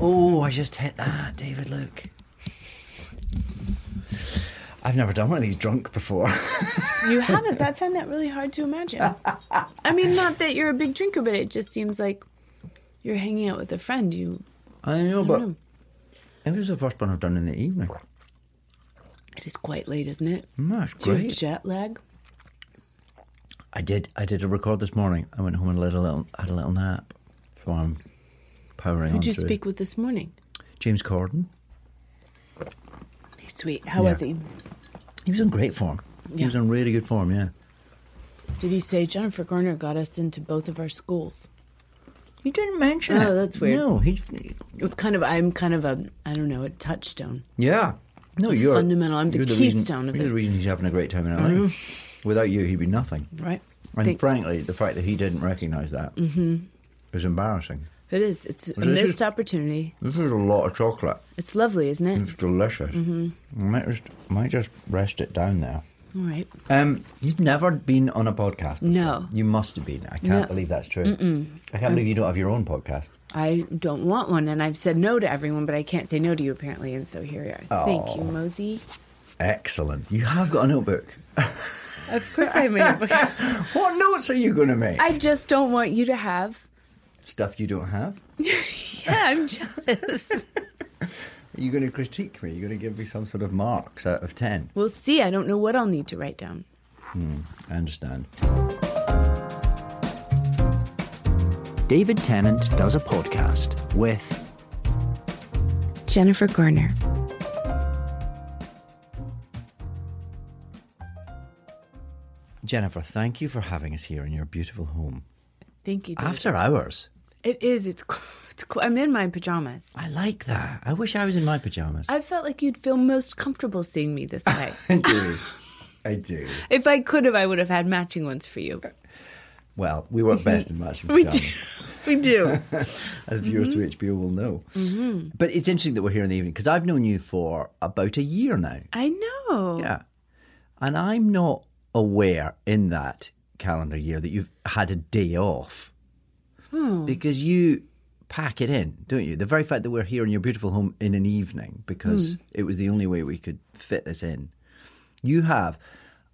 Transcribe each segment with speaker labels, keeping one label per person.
Speaker 1: Oh, I just hit that, David. Look, I've never done one of these drunk before.
Speaker 2: You haven't. I find that really hard to imagine. I mean, not that you're a big drinker, but it just seems like you're hanging out with a friend. You,
Speaker 1: I know, Oh, but it was the first one I've done in the evening.
Speaker 2: it is quite late, isn't it?
Speaker 1: That's
Speaker 2: Do you have
Speaker 1: great.
Speaker 2: jet lag?
Speaker 1: I did. I did a record this morning. I went home and had a little, had a little nap. So I'm powering on
Speaker 2: Who'd you
Speaker 1: through.
Speaker 2: speak with this morning?
Speaker 1: James Corden.
Speaker 2: He's sweet. How
Speaker 1: Yeah.
Speaker 2: was he?
Speaker 1: He was in great form. He
Speaker 2: Yeah.
Speaker 1: was in really good form. Yeah.
Speaker 2: Did he say Jennifer Garner got us into both of our schools?
Speaker 1: He didn't mention
Speaker 2: Oh,
Speaker 1: it.
Speaker 2: that's weird.
Speaker 1: No, he.
Speaker 2: It was kind of. I'm kind of a. I don't know. A touchstone.
Speaker 1: Yeah. No, you're
Speaker 2: fundamental. I'm the
Speaker 1: you're
Speaker 2: keystone
Speaker 1: reason,
Speaker 2: of
Speaker 1: you're
Speaker 2: it. Mm.
Speaker 1: the reason he's having a great time in LA. Without you, he'd be nothing.
Speaker 2: Right.
Speaker 1: And
Speaker 2: Thanks. Mm-hmm.
Speaker 1: frankly, the fact that he didn't recognise that was embarrassing.
Speaker 2: It is. It's a
Speaker 1: Well, this
Speaker 2: missed
Speaker 1: is-
Speaker 2: opportunity.
Speaker 1: This is a lot of chocolate.
Speaker 2: It's lovely, isn't it?
Speaker 1: It's delicious.
Speaker 2: Mm-hmm.
Speaker 1: I might just, might just rest it down there.
Speaker 2: All right.
Speaker 1: Um, you've never been on a podcast. before.
Speaker 2: No.
Speaker 1: you must have been. I can't
Speaker 2: No. Um,
Speaker 1: believe that's true. I can't believe you don't have your own podcast.
Speaker 2: I don't want one, and I've said no to everyone, but I can't say no to you apparently, and so here we are. Thank you, Mosey.
Speaker 1: Excellent. You have got a notebook.
Speaker 2: Of course, I made it.
Speaker 1: what notes are you going to make?
Speaker 2: I just don't want you to have.
Speaker 1: Stuff you don't have.
Speaker 2: Yeah, I'm jealous.
Speaker 1: Are you going to critique me? You're going to give me some sort of marks out of ten.
Speaker 2: we'll see. I don't know what I'll need to write down.
Speaker 1: I understand. David Tennant does a podcast with
Speaker 2: Jennifer Garner.
Speaker 1: Jennifer, thank you for having us here in your beautiful home.
Speaker 2: Thank you. David.
Speaker 1: After hours.
Speaker 2: it is. It's. co- It's. co- I'm in my pajamas.
Speaker 1: I like that. I wish I was in my pajamas.
Speaker 2: I felt like you'd feel most comfortable seeing me this way.
Speaker 1: I do. I do.
Speaker 2: if I could have, I would have had matching ones for you.
Speaker 1: Well, we Mm-hmm. work best in matching
Speaker 2: We do.
Speaker 1: pajamas,
Speaker 2: We do.
Speaker 1: as viewers to HBO will know. But it's interesting that we're here in the evening because I've known you for about a year now.
Speaker 2: I know.
Speaker 1: Yeah. And I'm not aware in that calendar year that you've had a day off. Because you pack it in, don't you? The very fact that we're here in your beautiful home in an evening, because it was the only way we could fit this in. You have,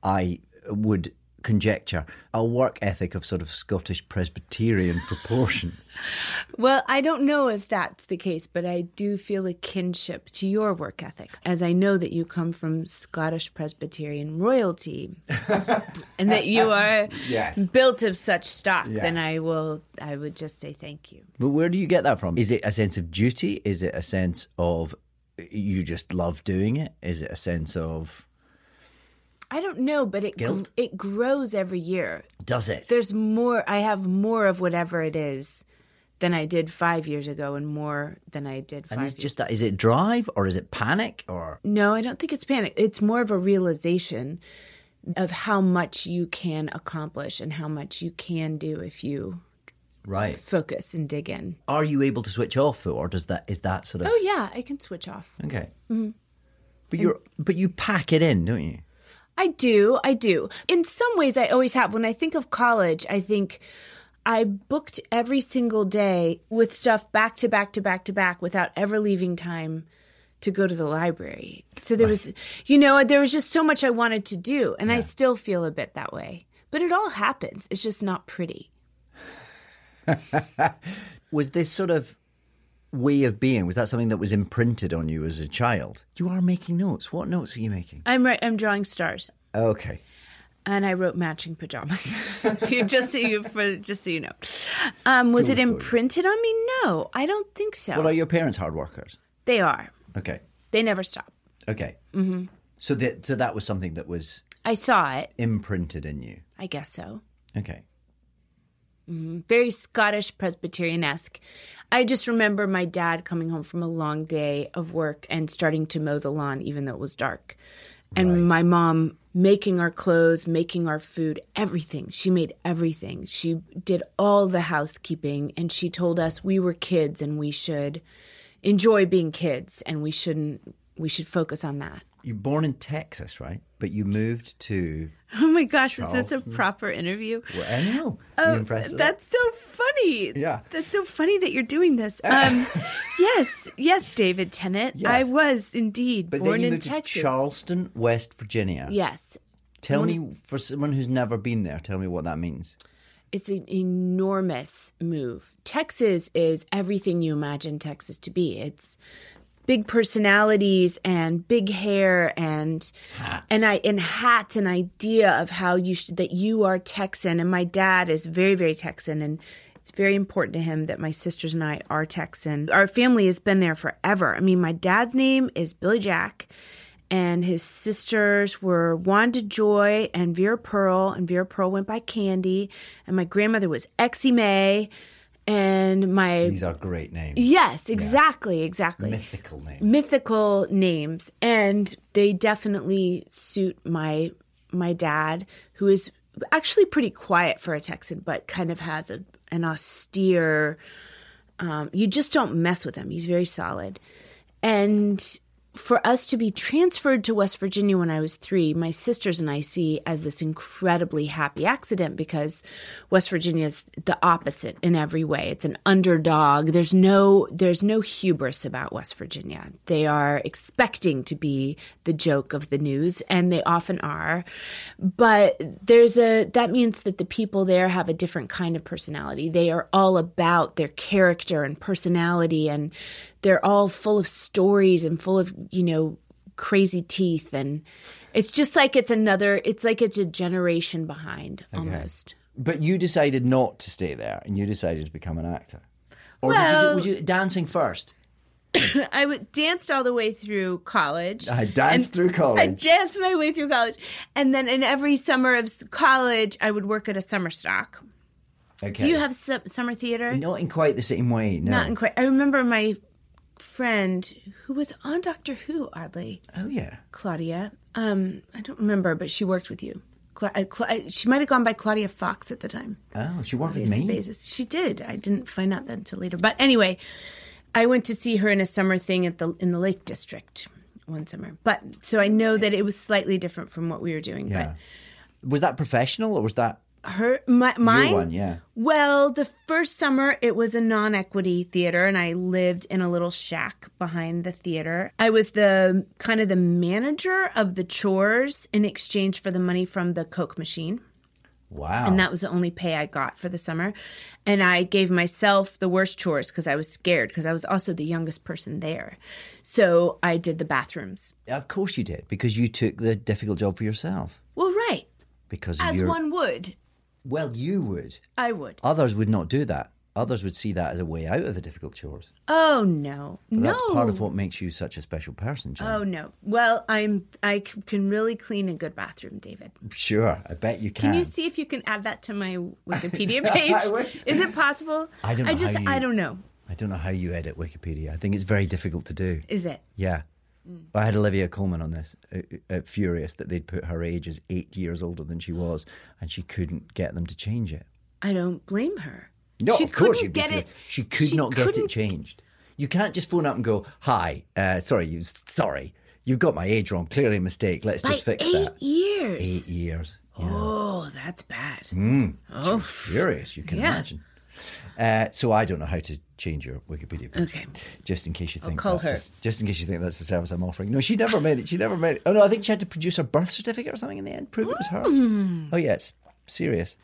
Speaker 1: I would conjecture, a work ethic of sort of Scottish Presbyterian proportions.
Speaker 2: Well, I don't know if that's the case, but I do feel a kinship to your work ethic, as I know that you come from Scottish Presbyterian royalty, and that you are
Speaker 1: Yes.
Speaker 2: built of such stock. Then
Speaker 1: Yes.
Speaker 2: I will, I would just say thank you.
Speaker 1: But where do you get that from? Is it a sense of duty? Is it a sense of you just love doing it? Is it a sense of
Speaker 2: I don't know, but it
Speaker 1: Guilt?
Speaker 2: it grows every year.
Speaker 1: does it?
Speaker 2: There's more. I have more of whatever it is than I did five years ago, and more than I did five.
Speaker 1: And it's
Speaker 2: years
Speaker 1: just that is it drive or is it panic or
Speaker 2: No, I don't think it's panic. It's more of a realization of how much you can accomplish and how much you can do if you
Speaker 1: right?
Speaker 2: focus and dig in.
Speaker 1: Are you able to switch off though, or does that is that sort of
Speaker 2: Oh yeah, Mm-hmm. I can switch off.
Speaker 1: okay? But you are but you pack it in, don't you?
Speaker 2: I do, I do. In some ways I always have. When I think of college, I think I booked every single day with stuff back to back to back to back without ever leaving time to go to the library. So there was you know, there was just so much I wanted to do and I still feel a bit that way. But it all happens. It's just not pretty.
Speaker 1: Was this sort of way of being was that something that was imprinted on you as a child? You are making notes. What notes are you making?
Speaker 2: I'm right. I'm drawing stars,
Speaker 1: Okay,
Speaker 2: and I wrote matching pajamas. just so you, for, just so you know, um, was it imprinted on me? No, I don't think so.
Speaker 1: well, are your parents hard workers?
Speaker 2: they are.
Speaker 1: Okay,
Speaker 2: They never stop.
Speaker 1: okay. Mm-hmm. So that so that was something that was
Speaker 2: I saw it.
Speaker 1: imprinted in you.
Speaker 2: I guess so.
Speaker 1: Okay.
Speaker 2: Mm-hmm. Very Scottish Presbyterian esque. I just remember my dad coming home from a long day of work and starting to mow the lawn, even though it was dark. And my mom making our clothes, making our food, everything. She made everything. She did all the housekeeping. And she told us we were kids and we should enjoy being kids and we shouldn't, we should focus on that.
Speaker 1: You're born in Texas, right? But you moved to.
Speaker 2: Oh my gosh, is this a proper interview?
Speaker 1: Well, I don't know. Are you impressed with that?
Speaker 2: Oh, That's so funny.
Speaker 1: Yeah.
Speaker 2: That's so funny that you're doing this. Um, yes, yes, David Tennant.
Speaker 1: Yes.
Speaker 2: I was indeed
Speaker 1: But
Speaker 2: born
Speaker 1: then you
Speaker 2: in
Speaker 1: moved
Speaker 2: Texas.
Speaker 1: to Charleston, West Virginia.
Speaker 2: Yes.
Speaker 1: Tell me, for someone who's never been there, tell me what that means.
Speaker 2: It's an enormous move. Texas is everything you imagine Texas to be. It's big personalities and big hair and and I and hats an idea of how you should, that you are Texan and my dad is very very Texan and it's very important to him that my sisters and I are Texan. Our family has been there forever. I mean, my dad's name is Billy Jack and his sisters were Wanda Joy and Vera Pearl, and Vera Pearl went by Candy, and my grandmother was Exie Mae, and my
Speaker 1: These are great names,
Speaker 2: yes, exactly, exactly,
Speaker 1: mythical names.
Speaker 2: mythical names, and they definitely suit my my dad, who is actually pretty quiet for a Texan, but kind of has a an austere. Um, you just don't mess with him. He's very solid, and for us to be transferred to West Virginia when I was three, my sisters and I see as this incredibly happy accident because West Virginia is the opposite in every way. It's an underdog. There's no there's no hubris about West Virginia. They are expecting to be the joke of the news, and they often are. But there's a that means that the people there have a different kind of personality. They are all about their character and personality and they're all full of stories and full of you know crazy teeth and it's just like it's another it's like it's a generation behind almost
Speaker 1: But you decided not to stay there, and you decided to become an actor. Or did you, do-
Speaker 2: Well-
Speaker 1: was you dancing first?
Speaker 2: i w- danced all the way through college
Speaker 1: I danced through
Speaker 2: I
Speaker 1: college.
Speaker 2: danced my way through college and then in every summer of s- college i would work at a summer stock
Speaker 1: okay.
Speaker 2: do you have su- summer theater
Speaker 1: not in quite the same way? No.
Speaker 2: not in quite i remember my friend who was on doctor who oddly
Speaker 1: oh yeah.
Speaker 2: Claudia. Um, I don't remember, but she worked with you. Cla- I- Cla- I- she might have gone by Claudia Fox at the time.
Speaker 1: Oh, she worked with
Speaker 2: Used to
Speaker 1: me.
Speaker 2: basis. She did. I didn't find out that until later. But anyway, I went to see her in a summer thing at the in the Lake District one summer. But so I know that it was slightly different from what we were doing.
Speaker 1: Yeah. Was that professional or was that
Speaker 2: But her, my, mine.
Speaker 1: your one? Yeah.
Speaker 2: Well, the first summer it was a non equity theater, and I lived in a little shack behind the theater. I was the kind of the manager of the chores in exchange for the money from the Coke machine.
Speaker 1: Wow.
Speaker 2: And that was the only pay I got for the summer. And I gave myself the worst chores because I was scared because I was also the youngest person there. So I did the bathrooms.
Speaker 1: of course you did because you took the difficult job for yourself
Speaker 2: Well, right.
Speaker 1: because of
Speaker 2: As
Speaker 1: your
Speaker 2: one would,
Speaker 1: well you would
Speaker 2: I would.
Speaker 1: others would not do that others would see that as a way out of the difficult chores
Speaker 2: Oh, no.
Speaker 1: But
Speaker 2: no.
Speaker 1: that's part of what makes you such a special person Jane.
Speaker 2: Oh no! Well, I'm I c- can really clean a good bathroom, David.
Speaker 1: sure i bet you can,
Speaker 2: Can you see if you can add that to my Wikipedia page?
Speaker 1: would-
Speaker 2: Is it possible?
Speaker 1: I don't know
Speaker 2: I just
Speaker 1: how you-
Speaker 2: I don't know.
Speaker 1: i don't know how you edit wikipedia i think it's very difficult to do
Speaker 2: Is it?
Speaker 1: yeah
Speaker 2: Mm.
Speaker 1: I had Olivia Coleman on this, uh, uh, furious that they'd put her age as eight years older than she was, and she couldn't get them to change it.
Speaker 2: I don't blame her.
Speaker 1: No,
Speaker 2: she
Speaker 1: of course
Speaker 2: couldn't
Speaker 1: you'd be
Speaker 2: get
Speaker 1: furious.
Speaker 2: it.
Speaker 1: She could
Speaker 2: she
Speaker 1: not get it
Speaker 2: couldn't-
Speaker 1: changed. You can't just phone up and go, "Hi, uh, sorry, you sorry, you've got my age wrong. Clearly a mistake. Let's just
Speaker 2: By
Speaker 1: fix
Speaker 2: eight
Speaker 1: that." Eight Mm,
Speaker 2: years.
Speaker 1: years.
Speaker 2: Oh, that's bad. Oh,
Speaker 1: Furious, you can
Speaker 2: Yeah.
Speaker 1: imagine. Uh, so I don't know how to change your Wikipedia. Page,
Speaker 2: Okay.
Speaker 1: Just in case you think
Speaker 2: call
Speaker 1: that's
Speaker 2: her.
Speaker 1: the- just in case you think that's the service I'm offering. No, she never made it. She never made it. Oh no, I think she had to produce her birth certificate or something in the end. Prove it was her.
Speaker 2: Hmm.
Speaker 1: Oh yes, serious.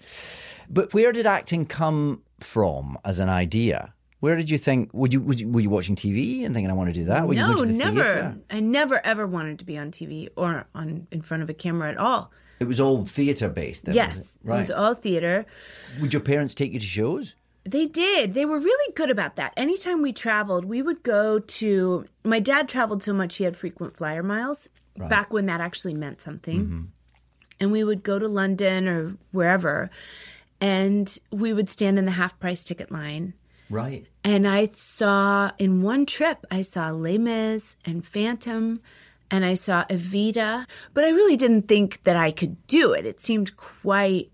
Speaker 1: But where did acting come from as an idea? Where did you think? Would you, would you were you watching TV and thinking I want to do that? Were you
Speaker 2: no,
Speaker 1: going to the
Speaker 2: never.
Speaker 1: theatre?
Speaker 2: I never ever wanted to be on TV or on in front of a camera at all.
Speaker 1: It was all theatre based. Then, was
Speaker 2: yes,
Speaker 1: it? right.
Speaker 2: it was all theater.
Speaker 1: would your parents take you to shows?
Speaker 2: They did. They were really good about that. Anytime we traveled, we would go to. My dad traveled so much, he had frequent flyer miles back when that actually meant something. And we would go to London or wherever. and we would stand in the half price ticket line.
Speaker 1: Right.
Speaker 2: And I saw in one trip, I saw Les Mis and Phantom, and I saw Evita. But I really didn't think that I could do it. It seemed quite.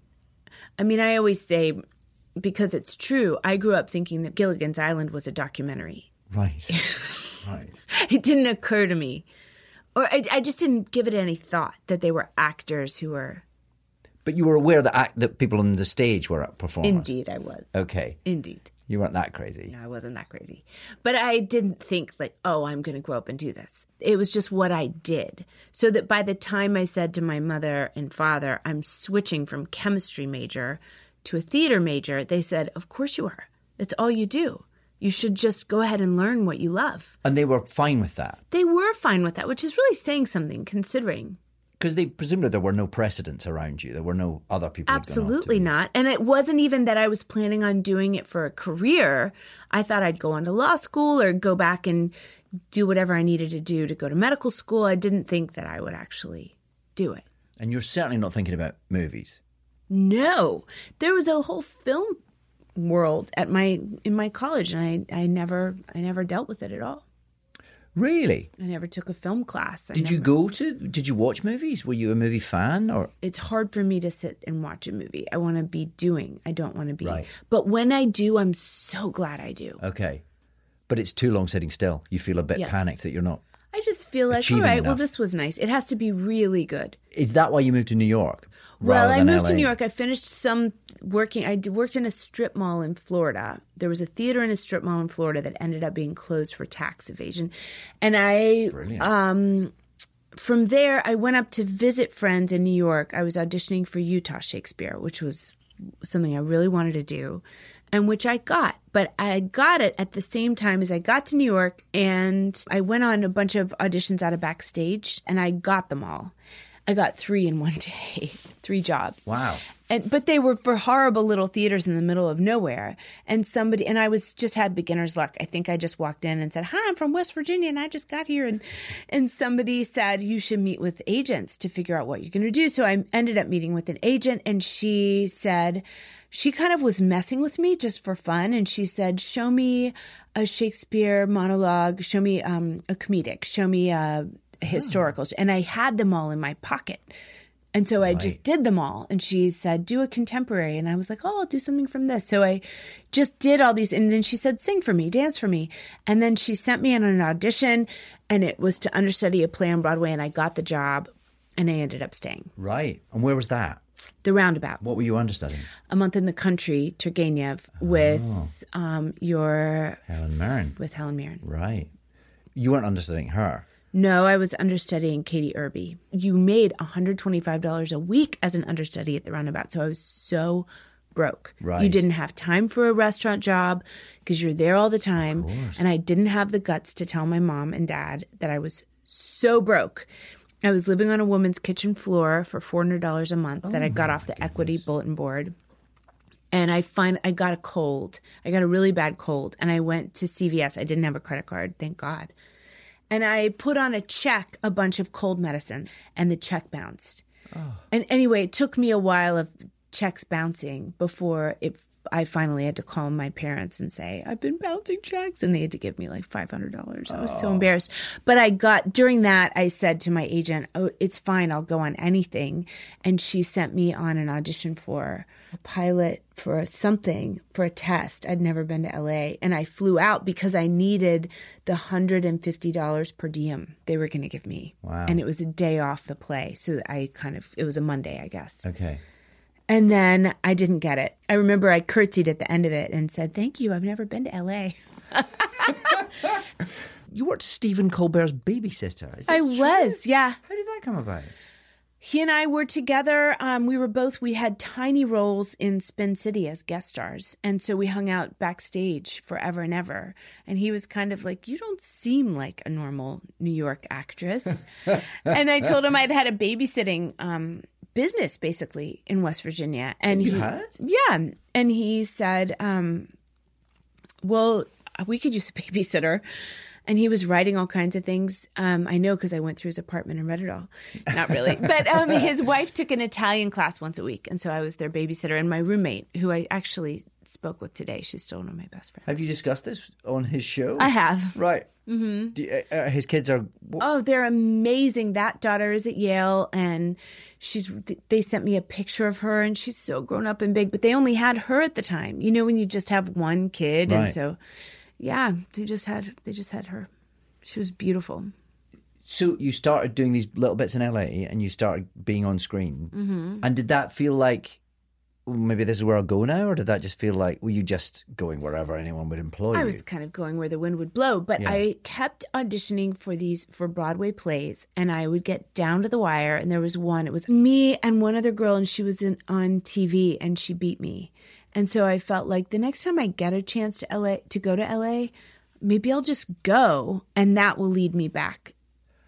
Speaker 2: I mean, I always say, because it's true, I grew up thinking that Gilligan's Island was a documentary.
Speaker 1: Right. right.
Speaker 2: It didn't occur to me, or I, I just didn't give it any thought that they were actors who were.
Speaker 1: But you were aware that act, that people on the stage were performing.
Speaker 2: Indeed, I was.
Speaker 1: Okay.
Speaker 2: Indeed.
Speaker 1: You weren't that crazy.
Speaker 2: I wasn't that crazy. But I didn't think, like, oh, I'm going to grow up and do this. It was just what I did. So that by the time I said to my mother and father, I'm switching from chemistry major to a theater major, they said, of course you are. It's all you do. You should just go ahead and learn what you love.
Speaker 1: And they were fine with that
Speaker 2: They were fine with that, which is really saying something considering.
Speaker 1: because they presumably there were no precedents around you. There were no other people. who'd gone off to
Speaker 2: Absolutely
Speaker 1: do-
Speaker 2: not. And it wasn't even that I was planning on doing it for a career. I thought I'd go on to law school or go back and do whatever I needed to do to go to medical school. I didn't think that I would actually do it.
Speaker 1: And you're certainly not thinking about movies.
Speaker 2: No. There was a whole film world at my in my college and I, I never I never dealt with it at all.
Speaker 1: Really?
Speaker 2: I never took a film class. I
Speaker 1: Did you
Speaker 2: never-
Speaker 1: go to? Did you watch movies? Were you a movie fan or?
Speaker 2: it's hard for me to sit and watch a movie. I want to be doing. I don't want to be.
Speaker 1: Right.
Speaker 2: But when I do, I'm so glad I do.
Speaker 1: Okay. But it's too long sitting still. You feel a bit
Speaker 2: Yes.
Speaker 1: panicked that you're not.
Speaker 2: I just feel like, all
Speaker 1: Achieving
Speaker 2: right, well,
Speaker 1: enough.
Speaker 2: this was nice. It has to be really good.
Speaker 1: Is that why you moved to New York?
Speaker 2: Well,
Speaker 1: rather
Speaker 2: I
Speaker 1: than
Speaker 2: moved to
Speaker 1: LA?
Speaker 2: New York. I finished some working. I d- worked in a strip mall in Florida. There was a theater in a strip mall in Florida that ended up being closed for tax evasion. And I,
Speaker 1: Brilliant.
Speaker 2: from there, I went up to visit friends in New York. I was auditioning for Utah Shakespeare, which was something I really wanted to do and which I got. But I got it at the same time as I got to New York and I went on a bunch of auditions out of backstage and I got them all. I got three in one day, three jobs.
Speaker 1: Wow.
Speaker 2: And, but they were for horrible little theaters in the middle of nowhere. And somebody, and I was just had beginner's luck. I think I just walked in and said, Hi, I'm from West Virginia and I just got here. And, and somebody said, You should meet with agents to figure out what you're going to do. So I ended up meeting with an agent and she said, she kind of was messing with me just for fun and she said show me a shakespeare monologue show me um, a comedic show me a historical and i had them all in my pocket and so i just did them all and she said do a contemporary and i was like oh i'll do something from this so i just did all these and then she said sing for me dance for me and then she sent me in an audition and it was to understudy a play on broadway and i got the job and i ended up staying
Speaker 1: right. And where was that?
Speaker 2: the roundabout
Speaker 1: What were you understudying?
Speaker 2: a month in the country, Turgenev, with um, your
Speaker 1: Helen Mirren.
Speaker 2: with Helen Mirren.
Speaker 1: Right. You weren't understudying her.
Speaker 2: No, I was understudying Katie Irby. You made $125 a week as an understudy at the roundabout, so I was so broke. You
Speaker 1: Right.
Speaker 2: didn't have time for a restaurant job because you're there all the time, and I didn't have the guts to tell my mom and dad that I was so broke. I was living on a woman's kitchen floor for $400 a month that I got off the equity bulletin board. and I find I got a cold. I got a really bad cold, and I went to CVS. I didn't have a credit card, thank God. And I put on a check a bunch of cold medicine, and the check bounced. And anyway, it took me a while of checks bouncing before it. I finally had to call my parents and say I've been bouncing checks, and they had to give me like five hundred dollars. I was so embarrassed, but I got during that. I said to my agent, "Oh, it's fine. I'll go on anything," and she sent me on an audition for a pilot for a- something for a test. I'd never been to LA, and I flew out because I needed the hundred and fifty dollars per diem they were going to give me.
Speaker 1: Wow.
Speaker 2: And it was a day off the play, so I kind of it was a Monday, I guess.
Speaker 1: Okay.
Speaker 2: And then I didn't get it. I remember I curtsied at the end of it and said, "Thank you. I've never been to LA."
Speaker 1: You worked Stephen Colbert's babysitter. Is this
Speaker 2: I
Speaker 1: true?
Speaker 2: was, yeah.
Speaker 1: How did that come about?
Speaker 2: He and I were together. Um, we were both, we had tiny roles in Spin City as guest stars. And so we hung out backstage forever and ever. And he was kind of like, You don't seem like a normal New York actress. and I told him I'd had a babysitting um, business basically in West Virginia. And
Speaker 1: You
Speaker 2: he,
Speaker 1: had?
Speaker 2: Yeah. And he said, um, Well, we could use a babysitter. and he was writing all kinds of things. Um, I know because I went through his apartment and read it all. Not really, but um, his wife took an Italian class once a week, and so I was their babysitter and my roommate, who I actually spoke with today. She's still one of my best friends.
Speaker 1: Have you discussed this on his show?
Speaker 2: I have.
Speaker 1: Right. Mm-hmm. Do you- uh, uh, his kids are. wh-
Speaker 2: Oh, they're amazing. That daughter is at Yale, and she's. They sent me a picture of her, and she's so grown up and big. But they only had her at the time. You know, when you just have one kid, and
Speaker 1: Right.
Speaker 2: so, yeah, they just had. They just had her. She was beautiful.
Speaker 1: So you started doing these little bits in LA, and you started being on screen. Mm-hmm. And did that feel like "Oh, maybe this is where I'll go now, or did that just feel like were you just going wherever anyone would employ
Speaker 2: I
Speaker 1: you?
Speaker 2: was kind of going where the wind would blow, but I kept auditioning for these for Broadway plays, and I would get down to the wire. And there was one; it was me and one other girl, and she was in, on TV, and she beat me. And so I felt like the next time I get a chance to LA to go to LA, maybe I'll just go, and that will lead me back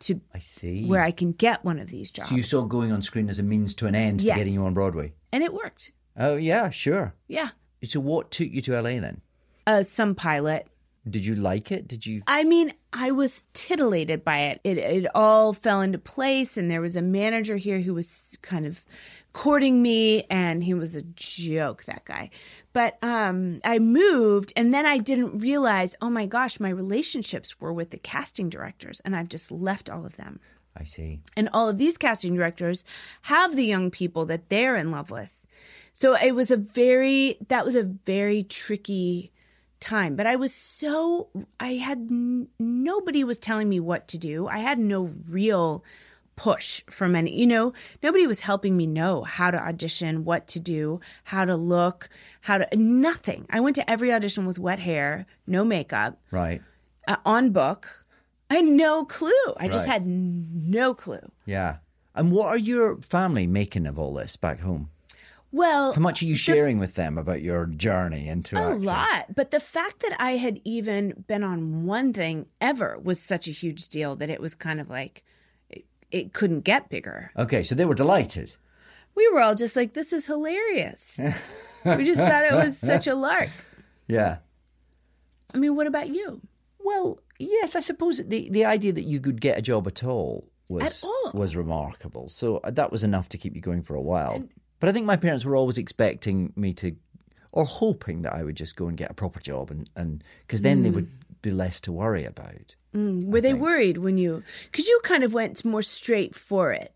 Speaker 2: to
Speaker 1: I see.
Speaker 2: where I can get one of these jobs.
Speaker 1: so you saw going on screen as a means to an end
Speaker 2: Yes.
Speaker 1: to getting you on Broadway.
Speaker 2: and it worked.
Speaker 1: Oh yeah, sure.
Speaker 2: Yeah,
Speaker 1: So what took you to LA then?
Speaker 2: uh, some pilot.
Speaker 1: Did you like it? Did you?
Speaker 2: I mean, I was titillated by it. It it all fell into place, and there was a manager here who was kind of courting me, and he was a joke, that guy. But um, I moved, and then I didn't realize, oh my gosh, my relationships were with the casting directors, and I've just left all of them.
Speaker 1: I see.
Speaker 2: And all of these casting directors have the young people that they're in love with. So it was a very, that was a very tricky time. But I was so, I had, n- nobody was telling me what to do. I had no real push from any, you know, nobody was helping me know how to audition, what to do, how to look, how to, nothing. I went to every audition with wet hair, no makeup
Speaker 1: Right.
Speaker 2: uh, on book. I had no clue. I just
Speaker 1: Right.
Speaker 2: had n- no clue.
Speaker 1: Yeah. And what are your family making of all this back home?
Speaker 2: Well,
Speaker 1: How much are you sharing with them about your journey into
Speaker 2: a
Speaker 1: acting?
Speaker 2: lot. But the fact that I had even been on one thing ever was such a huge deal that it was kind of like it, it couldn't get bigger.
Speaker 1: Okay, so they were delighted.
Speaker 2: We were all just like, this is hilarious. we just thought it was such a lark.
Speaker 1: Yeah.
Speaker 2: I mean, what about you?
Speaker 1: Well, yes, I suppose the the idea that you could get a job at all was
Speaker 2: At all.
Speaker 1: was remarkable. So uh, that was enough to keep you going for a while. but I think my parents were always expecting me to, or hoping that I would just go and get a proper job, and and because then they would be less to worry about.
Speaker 2: Were they worried when you, because you kind of went more straight for it?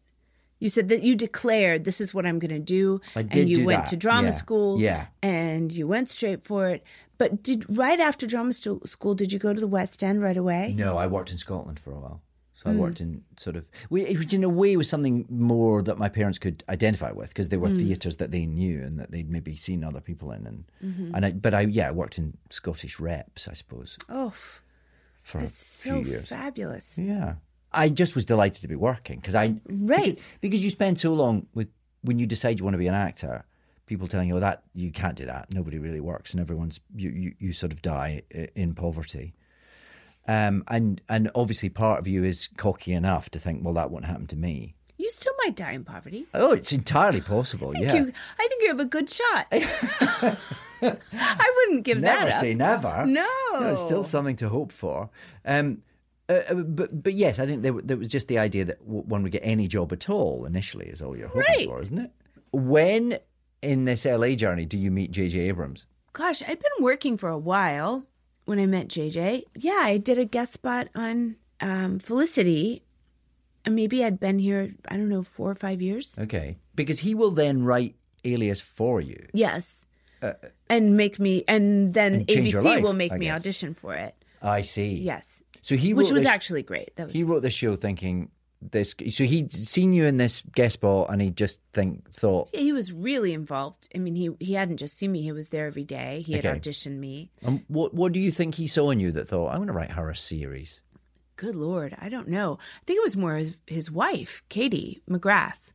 Speaker 2: You said that you declared this is what I'm going to do,
Speaker 1: I
Speaker 2: and
Speaker 1: did
Speaker 2: you
Speaker 1: do
Speaker 2: went
Speaker 1: that,
Speaker 2: to drama
Speaker 1: yeah,
Speaker 2: school,
Speaker 1: yeah.
Speaker 2: and you went straight for it. But did right after drama stu- school, did you go to the West End right away?
Speaker 1: No, I worked in Scotland for a while. So I
Speaker 2: Hmm.
Speaker 1: worked in sort of, we- which in a way was something more that my parents could identify with because there were
Speaker 2: Hmm.
Speaker 1: theatres that they knew and that they'd maybe seen other people in, and
Speaker 2: Mm-hmm.
Speaker 1: and I, but I yeah I worked in Scottish reps I suppose
Speaker 2: Oh, f-
Speaker 1: for
Speaker 2: that's
Speaker 1: a few
Speaker 2: so
Speaker 1: years.
Speaker 2: fabulous!
Speaker 1: Yeah, I just was delighted to be working because I
Speaker 2: Right.
Speaker 1: because, because you spend so long with when you decide you want to be an actor, people telling you oh, that you can't do that, nobody really works, and everyone's you you, you sort of die i- in poverty. Um, and and obviously part of you is cocky enough to think, well, that won't happen to me.
Speaker 2: You still might die in poverty.
Speaker 1: Oh, it's entirely possible. yeah,
Speaker 2: You, I think you have a good shot. I wouldn't give
Speaker 1: never
Speaker 2: that up.
Speaker 1: say never.
Speaker 2: No.
Speaker 1: No, it's
Speaker 2: Oh.
Speaker 1: still something to hope for. Um, uh, uh, but but yes, I think there, wa- there was just the idea that w- one would get any job at all initially is all you're hoping
Speaker 2: Right.
Speaker 1: for, isn't it? When in this LA journey do you meet JJ Abrams?
Speaker 2: gosh, I'd been working for a while when I met JJ. Yeah, I did a guest spot on um, Felicity. And maybe I'd been here, I don't know, four or five years.
Speaker 1: Okay, because he will then write Alias for you.
Speaker 2: Yes. and make me, and then
Speaker 1: Uh, And change your
Speaker 2: ABC
Speaker 1: life,
Speaker 2: will make
Speaker 1: I
Speaker 2: me
Speaker 1: guess.
Speaker 2: audition for it.
Speaker 1: I see.
Speaker 2: Yes.
Speaker 1: So he
Speaker 2: Which
Speaker 1: wrote
Speaker 2: was
Speaker 1: this-
Speaker 2: actually great. That was
Speaker 1: he wrote the show thinking this. So he'd seen you in this guest spot, and he just think thought.
Speaker 2: he was really involved. I mean, he he hadn't just seen me; he was there every day. He had
Speaker 1: Okay.
Speaker 2: auditioned me.
Speaker 1: Um, what what do you think he saw in you that thought I'm going to write her a series?
Speaker 2: good lord i don't know i think it was more his, his wife katie mcgrath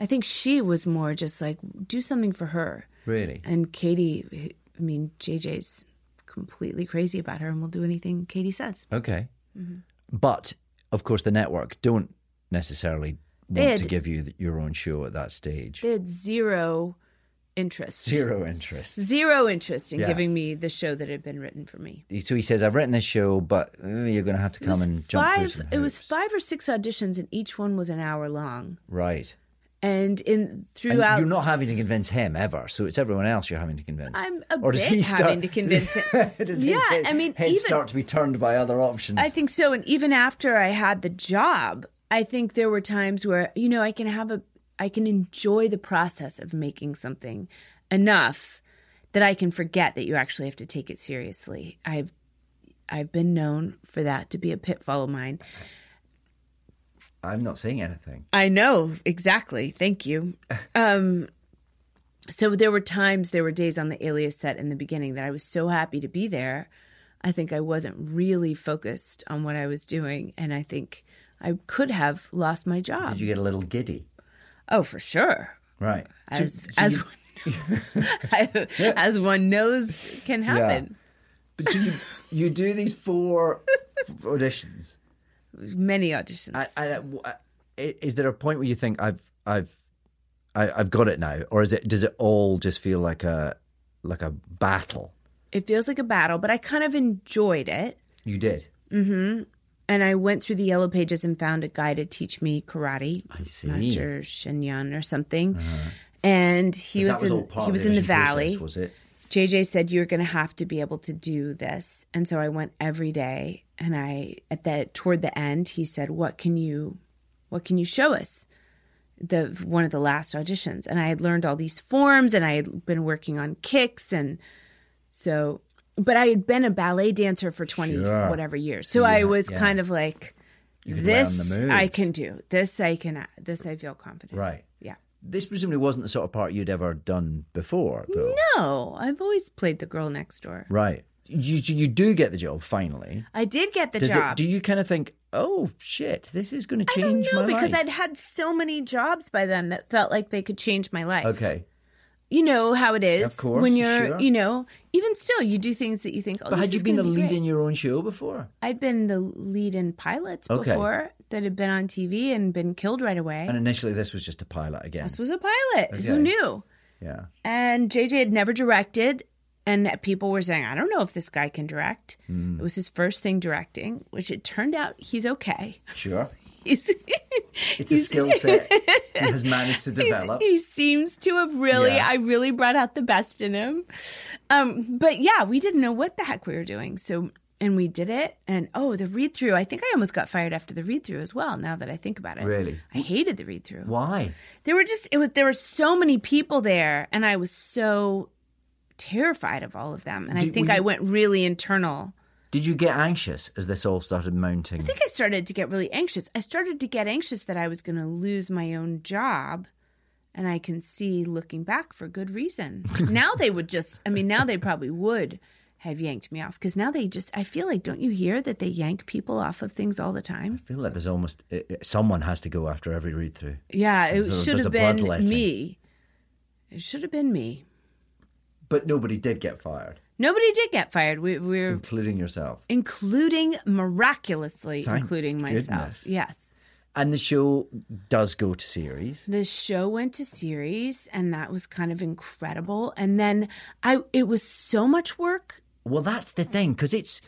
Speaker 2: i think she was more just like do something for her
Speaker 1: Really?
Speaker 2: and katie i mean jj's completely crazy about her and will do anything katie says
Speaker 1: Okay.
Speaker 2: Mm-hmm.
Speaker 1: But of course, the network don't necessarily
Speaker 2: They
Speaker 1: want to
Speaker 2: had-
Speaker 1: give you th- your own show at that stage.
Speaker 2: they had zero interest.
Speaker 1: Zero interest.
Speaker 2: Zero interest in
Speaker 1: Yeah.
Speaker 2: giving me the show that had been written for me.
Speaker 1: So he says, I've written this show, but uh, you're going to have to come and jump through
Speaker 2: Five
Speaker 1: some
Speaker 2: it was
Speaker 1: hoops."
Speaker 2: five or six auditions and each one was an hour long.
Speaker 1: Right.
Speaker 2: And in
Speaker 1: And
Speaker 2: throughout
Speaker 1: you're not having to convince him ever. So it's everyone else you're having to convince.
Speaker 2: I'm a
Speaker 1: or does
Speaker 2: bit
Speaker 1: he start,
Speaker 2: having to convince him.
Speaker 1: does
Speaker 2: yeah,
Speaker 1: his head,
Speaker 2: I mean,
Speaker 1: head
Speaker 2: even
Speaker 1: start to be turned by other options.
Speaker 2: I think so. And even after I had the job, I think there were times where, you know, I can have a, I can enjoy the process of making something enough that I can forget that you actually have to take it seriously. I've, I've been known for that to be a pitfall of mine.
Speaker 1: I'm not saying anything.
Speaker 2: I know exactly. Thank you. Um, so there were times, there were days on the Alias set in the beginning that I was so happy to be there. I think I wasn't really focused on what I was doing, and I think I could have lost my job.
Speaker 1: Did you get a little giddy?
Speaker 2: oh, for sure.
Speaker 1: Right. So-
Speaker 2: As
Speaker 1: so
Speaker 2: as
Speaker 1: you-
Speaker 2: one, as one knows can happen.
Speaker 1: but so you, you do these four auditions.
Speaker 2: Many auditions.
Speaker 1: I, I, I- is there a point where you think I've I've I, I've got it now, or is it does it all just feel like a like a battle?
Speaker 2: it feels like a battle, but I kind of enjoyed it.
Speaker 1: You did.
Speaker 2: and I went through the yellow pages and found a guy to teach me karate. I
Speaker 1: see. Uh-huh.
Speaker 2: Master Shenyun or something. And he
Speaker 1: that
Speaker 2: was,
Speaker 1: was all
Speaker 2: in,
Speaker 1: part
Speaker 2: he
Speaker 1: of
Speaker 2: was
Speaker 1: the
Speaker 2: in the
Speaker 1: audition process,
Speaker 2: valley.
Speaker 1: was it?
Speaker 2: JJ said you're going to have to be able to do this. And so I went every day and I at that toward the end he said, "What can you what can you show us?" The one of the last auditions. And I had learned all these forms and I had been working on kicks and so but I had been a ballet dancer for 20
Speaker 1: Sure.
Speaker 2: whatever years. So I was kind of like
Speaker 1: could learn
Speaker 2: this
Speaker 1: the
Speaker 2: I
Speaker 1: moves.
Speaker 2: can do. This I can this I feel confident.
Speaker 1: Right.
Speaker 2: Yeah.
Speaker 1: This presumably wasn't the sort of part you'd ever done before, though.
Speaker 2: No, I've always played the girl next door.
Speaker 1: Right. You so you do get the job finally.
Speaker 2: I did get the
Speaker 1: Does
Speaker 2: job.
Speaker 1: it? Do you kind of think, oh shit, this is going to
Speaker 2: I don't
Speaker 1: change
Speaker 2: know
Speaker 1: my
Speaker 2: because
Speaker 1: life?
Speaker 2: I'd had so many jobs by then that felt like they could change my life.
Speaker 1: okay.
Speaker 2: you know how it is
Speaker 1: Of course,
Speaker 2: when you're,
Speaker 1: sure.
Speaker 2: you know, even still, you do things that you think. Oh,
Speaker 1: But
Speaker 2: this
Speaker 1: had you
Speaker 2: is
Speaker 1: been the
Speaker 2: gonna be
Speaker 1: lead
Speaker 2: great.
Speaker 1: in your own show before?
Speaker 2: I'd been the lead in pilots
Speaker 1: Okay.
Speaker 2: before that had been on TV and been killed right away.
Speaker 1: And initially, this was just a pilot again.
Speaker 2: this was a pilot.
Speaker 1: Okay.
Speaker 2: Who knew?
Speaker 1: Yeah.
Speaker 2: And JJ had never directed, and people were saying, "I don't know if this guy can direct."
Speaker 1: Hmm.
Speaker 2: It was his first thing directing, which it turned out he's okay.
Speaker 1: Sure.
Speaker 2: He's
Speaker 1: It's a skill set he has managed to
Speaker 2: He's-
Speaker 1: develop.
Speaker 2: He seems to have really,
Speaker 1: Yeah.
Speaker 2: I really brought out the best in him. Um, but yeah, we didn't know what the heck we were doing. So, and we did it. And oh, the read through, I think I almost got fired after the read through as well, now that I think about it.
Speaker 1: Really?
Speaker 2: I hated the read through.
Speaker 1: Why?
Speaker 2: There were just, it was, there were so many people there, and I was so terrified of all of them. And I
Speaker 1: Did-
Speaker 2: think
Speaker 1: were
Speaker 2: I
Speaker 1: you-
Speaker 2: went really internal.
Speaker 1: Did you get anxious as this all started mounting?
Speaker 2: I think I started to get really anxious. I started to get anxious that I was going to lose my own job. And I can see looking back for good reason. now they would just, I mean, now they probably would have yanked me off because now they just, I feel like, don't you hear that they yank people off of things all the time?
Speaker 1: I feel like there's almost it, it- someone has to go after every read through.
Speaker 2: Yeah, it
Speaker 1: There's a-
Speaker 2: should
Speaker 1: there's a
Speaker 2: have been
Speaker 1: bloodletting.
Speaker 2: me. It should have been me.
Speaker 1: But nobody did get fired,
Speaker 2: Nobody did get fired. We, we're
Speaker 1: including yourself.
Speaker 2: including miraculously,
Speaker 1: Thank
Speaker 2: including myself.
Speaker 1: goodness.
Speaker 2: Yes.
Speaker 1: And the show does go to series.
Speaker 2: the show went to series and that was kind of incredible and then i it was so much work
Speaker 1: Well, that's the thing because it's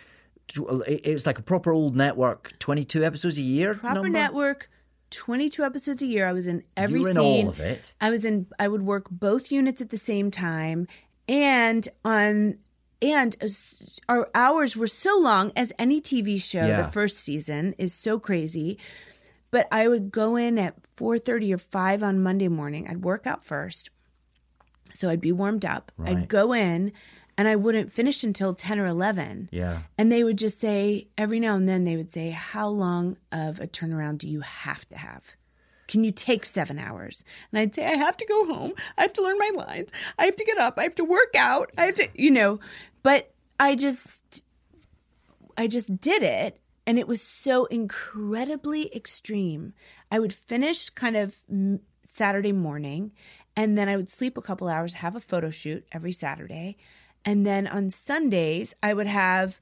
Speaker 1: it- it's like a proper old network, twenty two episodes a year.
Speaker 2: proper
Speaker 1: number.
Speaker 2: network 22 episodes a year i was in every
Speaker 1: you were in
Speaker 2: scene
Speaker 1: all of it.
Speaker 2: i was in i would work both units at the same time and on and as- our hours were so long as any tv show
Speaker 1: Yeah.
Speaker 2: the first season is so crazy but i would go in at 4.30 or 5 on monday morning i'd work out first so i'd be warmed up i'd
Speaker 1: Right.
Speaker 2: go in and i wouldn't finish until 10 or 11
Speaker 1: Yeah.
Speaker 2: and they would just say, every now and then, they would say, How long of a turnaround do you have to have? Can you take seven hours? And I'd say, I have to go home. I have to learn my lines. I have to get up. I have to work out. I have to, you know, but I just, I just did it. And it was so incredibly extreme. I would finish kind of m- Saturday morning and then I would sleep a couple hours, have a photo shoot every Saturday. And then on Sundays, I would have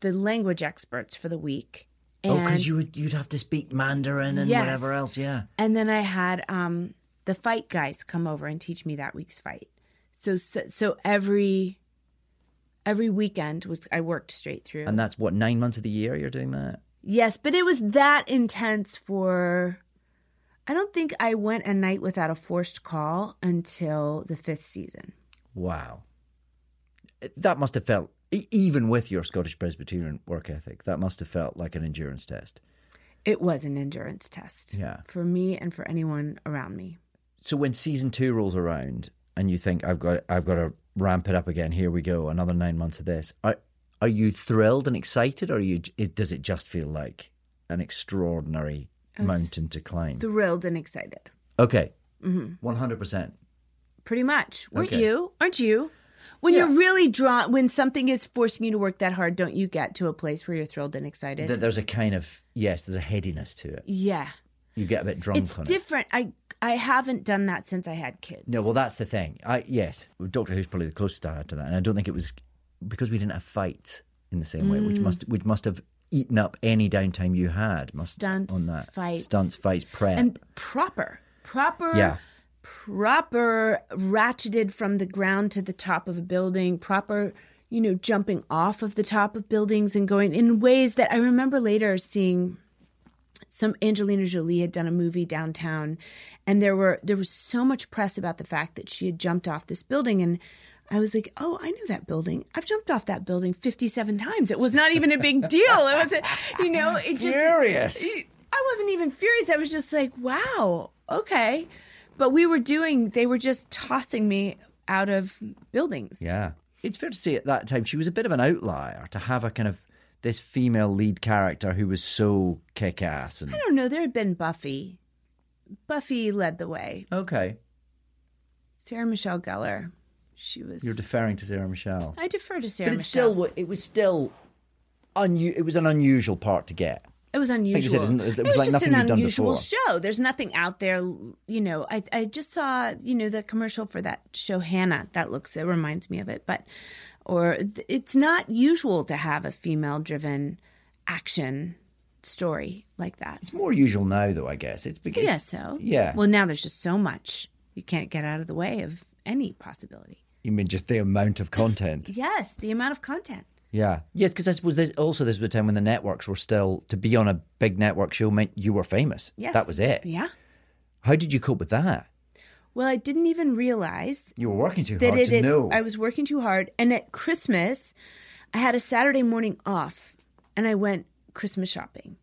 Speaker 2: the language experts for the week.
Speaker 1: Oh,
Speaker 2: And-
Speaker 1: because you would you'd have to speak Mandarin and
Speaker 2: Yes.
Speaker 1: whatever else. Yeah.
Speaker 2: and then I had um, the fight guys come over and teach me that week's fight. So so, so every every weekend was I worked straight through.
Speaker 1: And that's what nine months of the year you're doing that.
Speaker 2: yes, but it was that intense for I don't think I went a night without a forced call until the 5th season.
Speaker 1: Wow, that must have felt e- even with your Scottish Presbyterian work ethic, that must have felt like an endurance test.
Speaker 2: It was an endurance test
Speaker 1: Yeah.
Speaker 2: for me and for anyone around me.
Speaker 1: So when season two rolls around and you think I've got I've got to ramp it up again, here we go, another nine months of this. Are are you thrilled and excited, or are you? It, does it just feel like an extraordinary mountain to climb?
Speaker 2: Thrilled and excited.
Speaker 1: Okay, one hundred percent.
Speaker 2: Pretty much. Weren't
Speaker 1: Okay.
Speaker 2: you? Aren't you? When you're really drawn, when something is forcing you to work that hard, don't you get to a place where you're thrilled and excited?
Speaker 1: That there's a kind of yes, there's a headiness to it.
Speaker 2: yeah.
Speaker 1: You get a bit drunk
Speaker 2: It's
Speaker 1: on it.
Speaker 2: different. I I haven't done that since I had kids.
Speaker 1: No, well, that's the thing. I yes, Doctor Who's probably the closest I had to that, and I don't think it was because we didn't have fights in the same way, which must which must have eaten up any downtime you had. Must,
Speaker 2: Stunts,
Speaker 1: on that
Speaker 2: fights.
Speaker 1: stunts, fights, prep.
Speaker 2: and proper, proper,
Speaker 1: Yeah.
Speaker 2: proper, ratcheted from the ground to the top of a building, proper, you know, jumping off of the top of buildings and going in ways that I remember later seeing. Some Angelina Jolie had done a movie downtown, and there were there was so much press about the fact that she had jumped off this building, and I was like, "Oh, I knew that building. I've jumped off that building fifty seven times. It was not even a big deal. It was, a, you know, it just
Speaker 1: Furious.
Speaker 2: I wasn't even furious. I was just like, wow, okay. But we were doing, they were just tossing me out of buildings.
Speaker 1: Yeah. It's fair to say at that time she was a bit of an outlier to have a kind of this female lead character who was so kick ass and
Speaker 2: I don't know. There had been Buffy. Buffy led the way.
Speaker 1: Okay.
Speaker 2: Sarah Michelle Gellar. She was.
Speaker 1: You're deferring to Sarah Michelle.
Speaker 2: I defer to Sarah
Speaker 1: But it's
Speaker 2: Michelle.
Speaker 1: still wa- it was still unu- it was an unusual part to get.
Speaker 2: it was
Speaker 1: you said,
Speaker 2: unusual.
Speaker 1: it was like
Speaker 2: just
Speaker 1: nothing you'd
Speaker 2: an
Speaker 1: done
Speaker 2: unusual
Speaker 1: before.
Speaker 2: show. There's nothing out there, you know. I I just saw, you know, the commercial for that show Hannah. That looks it reminds me of it, but or th- it's not usual to have a female-driven action story like that.
Speaker 1: It's more usual now though, I guess. It's because
Speaker 2: yeah, so
Speaker 1: Yeah.
Speaker 2: Well, now there's just so much you can't get out of the way of any possibility.
Speaker 1: You mean just the amount of content?
Speaker 2: Yes, the amount of content.
Speaker 1: yeah. Yes, because I suppose this, also this was a time when the networks were still to be on a big network show meant you were famous.
Speaker 2: Yes,
Speaker 1: That was it.
Speaker 2: Yeah.
Speaker 1: How did you cope with that?
Speaker 2: Well, I didn't even realize
Speaker 1: You were working too
Speaker 2: that
Speaker 1: hard
Speaker 2: it,
Speaker 1: to
Speaker 2: it-
Speaker 1: know.
Speaker 2: I was working too hard. And at Christmas, I had a Saturday morning off and I went Christmas shopping.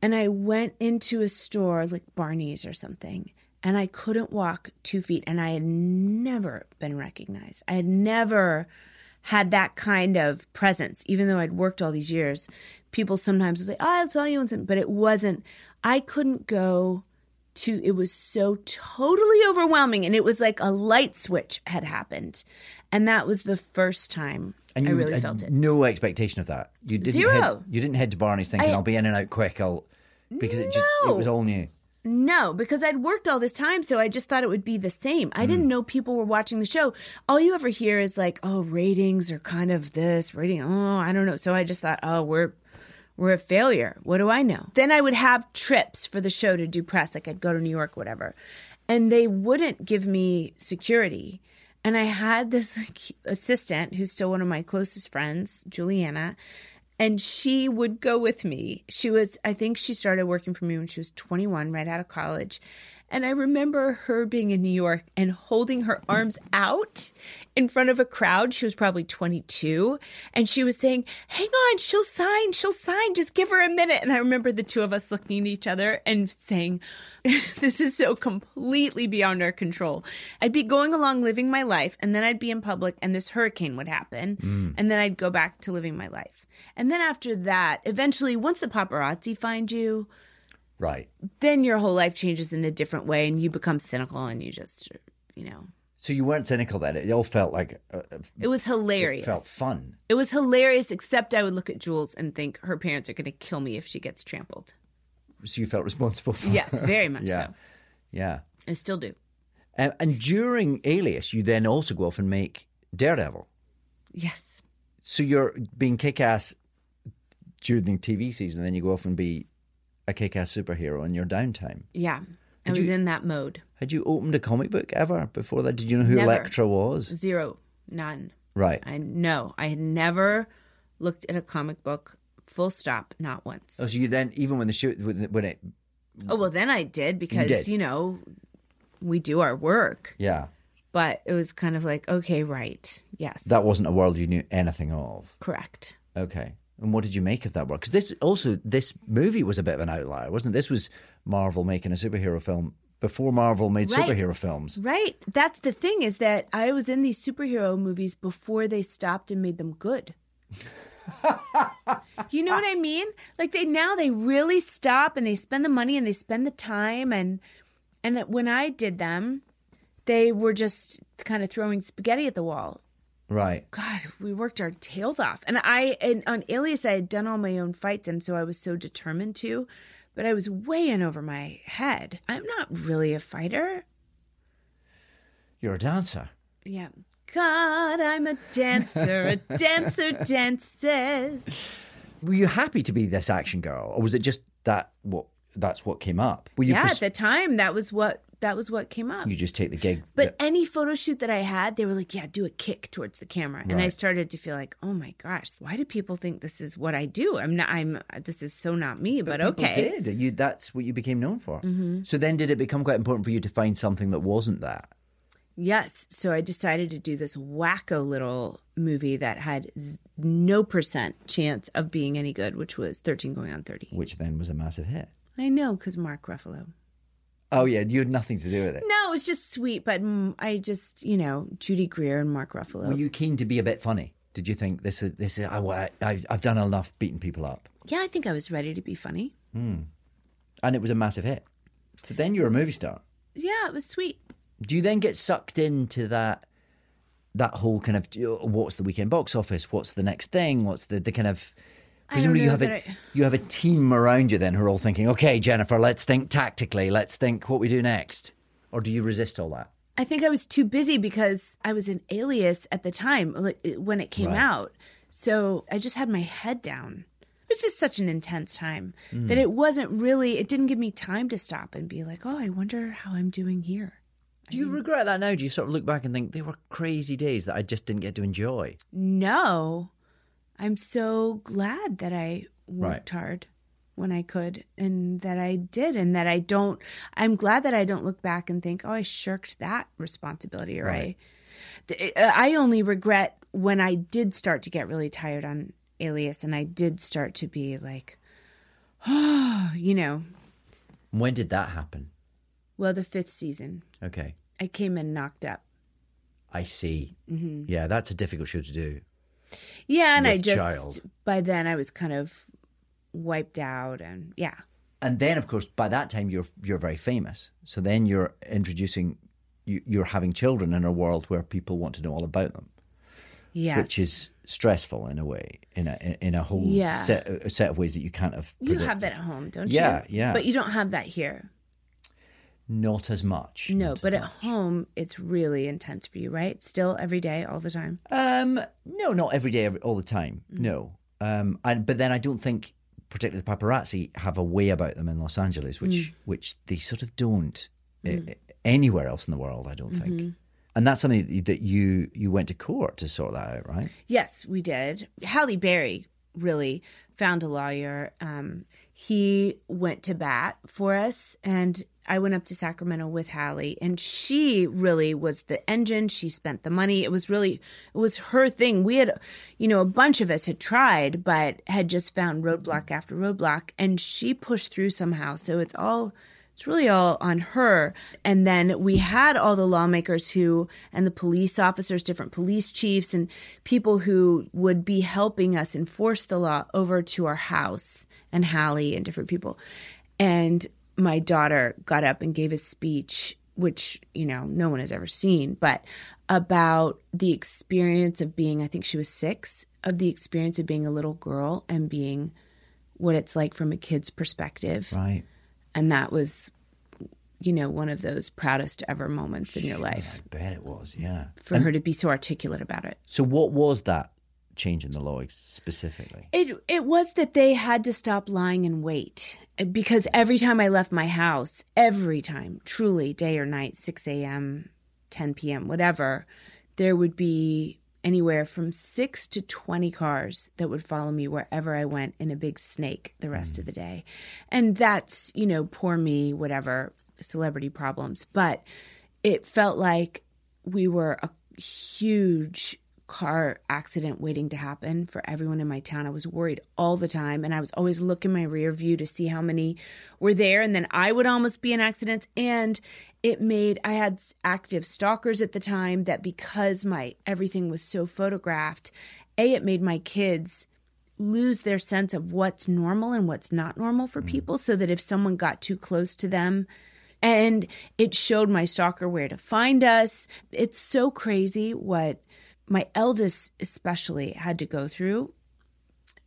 Speaker 2: And I went into a store like Barney's or something and I couldn't walk two feet. And I had never been recognized. I had never had that kind of presence, even though I'd worked all these years. People sometimes would say, oh, I saw you on something, but it wasn't. I couldn't go to it was so totally overwhelming and it was like a light switch had happened and that was the first time
Speaker 1: and
Speaker 2: i
Speaker 1: you
Speaker 2: really
Speaker 1: had
Speaker 2: felt it
Speaker 1: No expectation of that. You didn't Head,
Speaker 2: Zero.
Speaker 1: you didn't head to Barney's thinking I'll be in and out quick. I'll because it just it
Speaker 2: No.
Speaker 1: was all new.
Speaker 2: no because i'd worked all this time so i just thought it would be the same i didn't know people were watching the show all you ever hear is like oh ratings are kind of this rating oh i don't know so i just thought oh we're we're a failure what do i know then i would have trips for the show to do press like i'd go to new york whatever and they wouldn't give me security And I had this like, assistant who's still one of my closest friends, Juliana, and she would go with me. She was, I think she started working for me when she was 21, right out of college. And I remember her being in New York and holding her arms out in front of a crowd. She was probably 22. And she was saying, Hang on, she'll sign, she'll sign, just give her a minute. And I remember the two of us looking at each other and saying, This is so completely beyond our control. I'd be going along living my life, and then I'd be in public, and this hurricane would happen. And then I'd go back to living my life. And then after that, eventually, once the paparazzi find you,
Speaker 1: Right.
Speaker 2: then your whole life changes in a different way, and you become cynical, and you just, you know,
Speaker 1: So you weren't cynical then. It all felt like uh, uh,
Speaker 2: it was hilarious.
Speaker 1: felt fun.
Speaker 2: It was hilarious, except I would look at Jules and think her parents are going to kill me if she gets trampled.
Speaker 1: So you felt responsible for.
Speaker 2: Yes, very much
Speaker 1: Yeah.
Speaker 2: so.
Speaker 1: Yeah.
Speaker 2: I still do.
Speaker 1: Um, and during Alias, you then also go off and make Daredevil.
Speaker 2: Yes.
Speaker 1: So you're being kick-ass during the TV season, and then you go off and be a kick-ass superhero in your downtime.
Speaker 2: Yeah. I was in that mode.
Speaker 1: Had you opened a comic book ever before that? Did you know who
Speaker 2: Never.
Speaker 1: Electra was?
Speaker 2: Zero, none.
Speaker 1: Right.
Speaker 2: I no, I had never looked at a comic book. Full stop, not once.
Speaker 1: Oh, so you then, even when the shoot, when when it,
Speaker 2: Oh well, then I did because
Speaker 1: did.
Speaker 2: you know we do our work,
Speaker 1: yeah,
Speaker 2: but it was kind of like okay, right, yes,
Speaker 1: that wasn't a world you knew anything of.
Speaker 2: correct.
Speaker 1: Okay. And what did you make of that work? Because this also, this movie was a bit of an outlier, wasn't it? This was Marvel making a superhero film before Marvel made
Speaker 2: Right.
Speaker 1: superhero films.
Speaker 2: Right. That's the thing is that I was in these superhero movies before they stopped and made them good. you know what I mean? Like they now they really stop and they spend the money and they spend the time and and when I did them, they were just kind of throwing spaghetti at the wall.
Speaker 1: Right.
Speaker 2: God, we worked our tails off. And I and on Alias I had done all my own fights and so I was so determined to, but I was way in over my head. I'm not really a fighter.
Speaker 1: You're a dancer.
Speaker 2: Yeah. God, I'm a dancer, a dancer dances.
Speaker 1: Were you happy to be this action girl, or was it just that what that's what came up? Were you
Speaker 2: yeah,
Speaker 1: pers-
Speaker 2: at the time that was what that was what came up.
Speaker 1: you just take the gig?
Speaker 2: But any photo shoot that I had, they were like, "Yeah, do a kick towards the camera," and I
Speaker 1: Right.
Speaker 2: started to feel like, "Oh my gosh, why do people think this is what I do? I'm not. I'm. This is so not me." But,
Speaker 1: People
Speaker 2: okay, Mm-hmm.
Speaker 1: did. You that's what you became known for. So then, did it become quite important for you to find something that wasn't that?
Speaker 2: Yes. So I decided to do this wacko little movie that had z- no percent chance of being any good, which was 13 going on 30.
Speaker 1: Which then was a massive hit.
Speaker 2: I know because Mark Ruffalo.
Speaker 1: Oh yeah, you had nothing to do with it.
Speaker 2: No, it was just sweet, but mm, I just, you know, Judy Greer and Mark Ruffalo.
Speaker 1: Were you keen to be a bit funny? Did you think this is this is I, I I've done enough beating people up,
Speaker 2: yeah, I think I was ready to be funny.
Speaker 1: and it was a massive hit. So then you're a movie star.
Speaker 2: Yeah, it was sweet.
Speaker 1: Do you then get sucked into that that whole kind of you know, what's the weekend box office? What's the next thing? What's the the kind of
Speaker 2: I don't
Speaker 1: presumably you
Speaker 2: know
Speaker 1: have a
Speaker 2: that I-
Speaker 1: you have a team around you then who are all thinking, okay, Jennifer, let's think tactically. Let's think what we do next. Or do you resist all that?
Speaker 2: I think I was too busy because I was an alias at the time like, it- when it came
Speaker 1: Right.
Speaker 2: out. So I just had my head down. It was just such an intense time
Speaker 1: Mm.
Speaker 2: that it wasn't really, it didn't give me time to stop and be like, oh, I wonder how I'm doing here.
Speaker 1: Do
Speaker 2: Mm.
Speaker 1: you regret that now? Do you sort of look back and think they were crazy days that I just didn't get to enjoy?
Speaker 2: No, I'm so glad that I worked hard when I could and that I did and that I don't I'm glad that I don't look back and think, "Oh, I shirked that responsibility," or
Speaker 1: Right.
Speaker 2: I th- uh, I only regret when I did start to get really tired on Alias and I did start to be like, "Oh, you know,
Speaker 1: When did that happen?
Speaker 2: well, the 5th season,
Speaker 1: Okay,
Speaker 2: I came in knocked up."
Speaker 1: I see.
Speaker 2: Mm-hmm.
Speaker 1: Yeah, that's a difficult show to do.
Speaker 2: Yeah, and I
Speaker 1: With
Speaker 2: just
Speaker 1: child.
Speaker 2: by then I was kind of wiped out and yeah.
Speaker 1: and then of course by that time you're you're very famous so then you're introducing you, you're having children in a world where people want to know all about them
Speaker 2: Yes.
Speaker 1: which is stressful in a way in a in a whole
Speaker 2: Yeah.
Speaker 1: set, a set of ways that you can't have
Speaker 2: You have
Speaker 1: predicted.
Speaker 2: that at home, don't
Speaker 1: Yeah,
Speaker 2: you?
Speaker 1: yeah.
Speaker 2: But you don't have that here.
Speaker 1: not as much
Speaker 2: No,
Speaker 1: Not as
Speaker 2: but at
Speaker 1: much.
Speaker 2: home it's really intense for you, right? Still every day, all the time.
Speaker 1: um no not every day every, all the time no um and but then i don't think particularly the paparazzi have a way about them in los angeles which which they sort of don't uh, anywhere else in the world i don't think and that's something that you- that you you went to court to sort that out right
Speaker 2: Yes, we did. Halle Berry really found a lawyer. Um, he went to bat for us, and I went up to Sacramento with Halle, and she really was the engine. She spent the money. It was really it was her thing. We had, you know, a bunch of us had tried, but had just found roadblock after roadblock, and she pushed through somehow. So it's all it's really all on her. And then we had all the lawmakers who, and the police officers, different police chiefs, and people who would be helping us enforce the law over to our house and Hallie and different people. And my daughter got up and gave a speech, which, you know, no one has ever seen, but about the experience of being, I think she was six, of the experience of being a little girl and being what it's like from a kid's perspective
Speaker 1: right
Speaker 2: and that was you know one of those proudest ever moments in your life
Speaker 1: i bet it was yeah
Speaker 2: for her to be so articulate about it
Speaker 1: so what was that change in the law specifically?
Speaker 2: It it was that they had to stop lying in wait eh, because every time I left my house, every time, truly, day or night, six a.m., ten p.m., whatever, there would be anywhere from six to twenty cars that would follow me wherever I went in a big snake the rest of the day, and that's you know poor me, whatever celebrity problems, but it felt like we were a huge car accident waiting to happen for everyone in my town. I was worried all the time and I was always looking my rear view to see how many were there and then I would almost be in accidents and it made I had active stalkers at the time that because my everything was so photographed, a it made my kids lose their sense of what's normal and what's not normal for people so that if someone got too close to them and it showed my stalker where to find us. It's so crazy what my eldest especially had to go through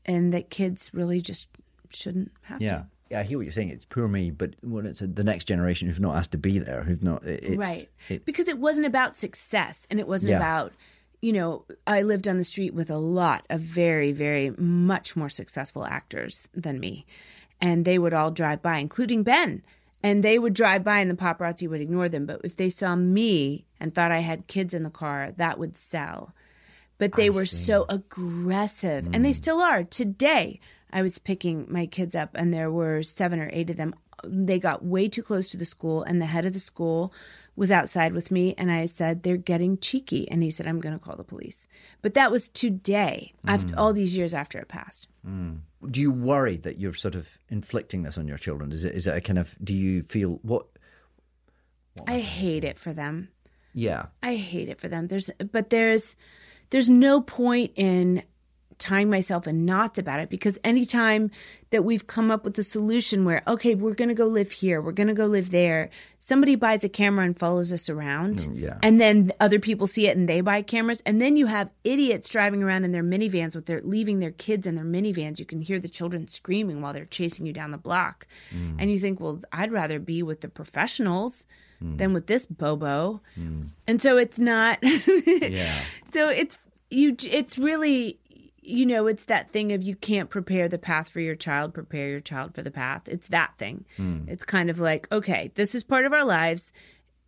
Speaker 2: and that kids really just shouldn't have
Speaker 1: Yeah.
Speaker 2: to.
Speaker 1: Yeah, I hear what you're saying. It's poor me, but when it's the next generation who've not asked to be there, who've not, it- it's,
Speaker 2: right.
Speaker 1: it-
Speaker 2: because it wasn't about success and it wasn't
Speaker 1: Yeah.
Speaker 2: about you know, I lived on the street with a lot of very, very much more successful actors than me. And they would all drive by, including Ben. And they would drive by and the paparazzi would ignore them. But if they saw me and thought I had kids in the car, that would sell. but they were so aggressive and they still are today i was picking my kids up and there were seven or eight of them they got way too close to the school and the head of the school was outside with me and i said they're getting cheeky and he said i'm going to call the police but that was today after all these years after it passed
Speaker 1: do you worry that you're sort of inflicting this on your children? Is it is it a kind of do you feel what?
Speaker 2: i hate it for them
Speaker 1: Yeah,
Speaker 2: I hate it for them. There's but there's there's no point in tying myself in knots about it because anytime that we've come up with a solution where okay, we're going to go live here, we're going to go live there, somebody buys a camera and follows us around
Speaker 1: yeah.
Speaker 2: and then other people see it and they buy cameras and then you have idiots driving around in their minivans with their leaving their kids in their minivans. You can hear the children screaming while they're chasing you down the block. And you think, "Well, I'd rather be with the professionals." than with this bobo and so it's not
Speaker 1: yeah.
Speaker 2: so it's you it's really you know it's that thing of you can't prepare the path for your child prepare your child for the path it's that thing
Speaker 1: Hmm.
Speaker 2: it's kind of like okay this is part of our lives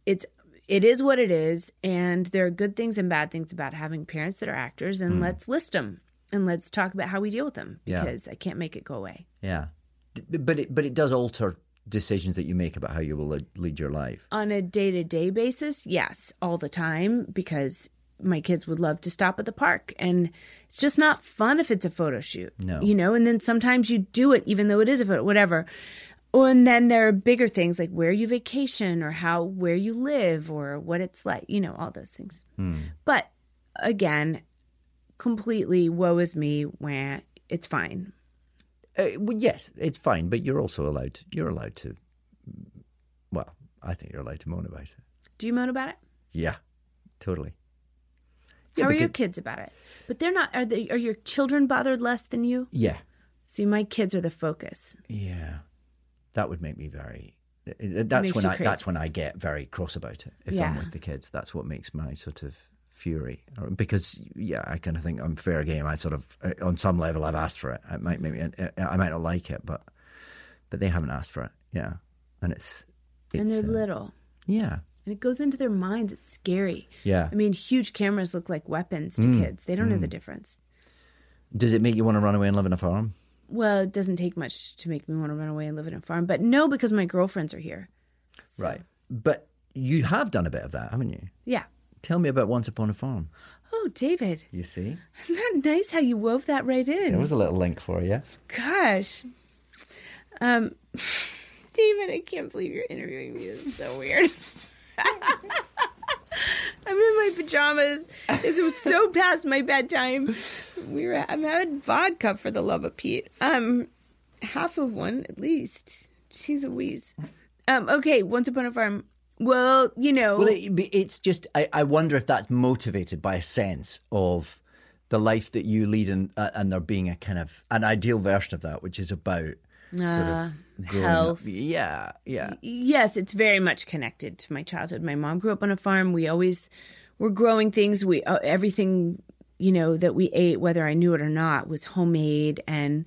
Speaker 2: it's it is what it is and there are good things and bad things about having parents that are actors and let's list them and let's talk about how we deal with them
Speaker 1: Hmm. Yeah.
Speaker 2: because i can't make it go away
Speaker 1: Yeah, D- but it but it does alter decisions that you make about how you will lead- lead your life.
Speaker 2: on a day to day basis, yes, all the time, because my kids would love to stop at the park. And it's just not fun if it's a photo shoot.
Speaker 1: No.
Speaker 2: You know, and then sometimes you do it, even though it is a photo, whatever. Or, and then there are bigger things like where you vacation or how, where you live or what it's like, you know, all those things.
Speaker 1: Hmm.
Speaker 2: But again, completely woe is me where it's fine.
Speaker 1: Uh, well, yes, it's fine, but you're also allowed you're allowed to. Well, I think you're allowed to moan about it.
Speaker 2: Do you moan about it?
Speaker 1: Yeah, totally.
Speaker 2: How
Speaker 1: Yeah,
Speaker 2: are your
Speaker 1: because-
Speaker 2: kids about it? But they're not, are, they, are your children bothered less than you?
Speaker 1: Yeah,
Speaker 2: See, my kids are the focus.
Speaker 1: yeah, that would make me very. th- That's
Speaker 2: makes
Speaker 1: when
Speaker 2: you
Speaker 1: I
Speaker 2: crazy.
Speaker 1: that's when I get very cross about it. If I'm
Speaker 2: Yeah.
Speaker 1: with the kids, that's what makes my sort of fury. Or- Because yeah, I kind of think I'm fair game. I sort of uh, on some level I've asked for it. It might make me. uh, I might not like it, but but they haven't asked for it. Yeah, and it's, it's
Speaker 2: and they're
Speaker 1: uh,
Speaker 2: little.
Speaker 1: yeah
Speaker 2: And it goes into their minds. It's scary.
Speaker 1: yeah.
Speaker 2: I mean, huge cameras look like weapons to
Speaker 1: Mm,
Speaker 2: kids. They don't know the difference.
Speaker 1: Does it make you want to run away and live in a farm?
Speaker 2: Well, it doesn't take much to make me want to run away and live in a farm. But no, because my girlfriends are here. So,
Speaker 1: Right, but you have done a bit of that, haven't you?
Speaker 2: Yeah.
Speaker 1: Tell me about Once Upon a Farm.
Speaker 2: Oh, David,
Speaker 1: You see,
Speaker 2: isn't that nice how you wove that right in?
Speaker 1: there was a little link for you.
Speaker 2: Gosh. Um, David, I can't believe you're interviewing me. This is so weird. I'm in my pajamas. This was so past my bedtime. We were I'm having vodka for the love of Pete. Um half of one at least. She's a wheeze. Um, okay, once upon a farm. Well, you know
Speaker 1: Well, it, be- it's just I, I wonder if that's motivated by a sense of the life that you lead, and uh, and there being a kind of an ideal version of that, which is about sort
Speaker 2: Uh,
Speaker 1: of growing up.
Speaker 2: health.
Speaker 1: Yeah, yeah,
Speaker 2: yes, it's very much connected to my childhood. My mom grew up on a farm. We always were growing things. We uh, everything you know, that we ate, whether I knew it or not, was homemade. And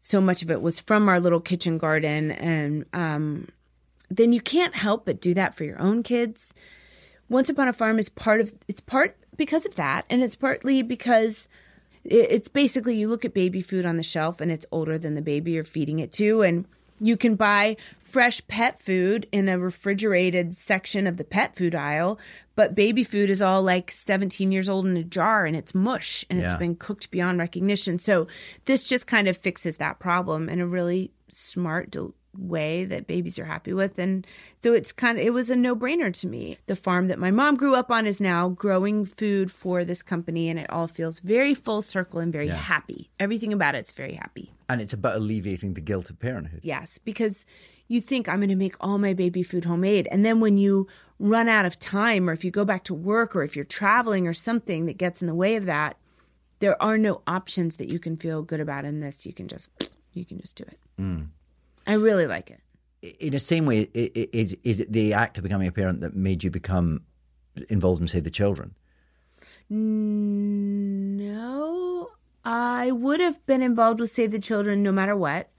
Speaker 2: so much of it was from our little kitchen garden. And um, then you can't help but do that for your own kids. Once Upon a Farm is part of, it's part because of that. And it's partly because it, it's basically you look at baby food on the shelf and it's older than the baby you're feeding it to. And you can buy fresh pet food in a refrigerated section of the pet food aisle, but baby food is all like 17 years old in a jar and it's mush and it's
Speaker 1: Yeah.
Speaker 2: been cooked beyond recognition. So this just kind of fixes that problem in a really smart del- way that babies are happy with and so it's kind of it was a no-brainer to me. The farm that my mom grew up on is now growing food for this company and it all feels very full circle and very happy. Everything about it's very happy.
Speaker 1: And it's about alleviating the guilt of parenthood.
Speaker 2: Yes, because you think I'm going to make all my baby food homemade. And then when you run out of time, or if you go back to work, or if you're traveling or something that gets in the way of that, there are no options that you can feel good about in this. You can just, you can just do it. I really like it.
Speaker 1: In the same way, i- i- is, is it the act of becoming a parent that made you become involved in, say, the children?
Speaker 2: No, I would have been involved with Save the Children no matter what,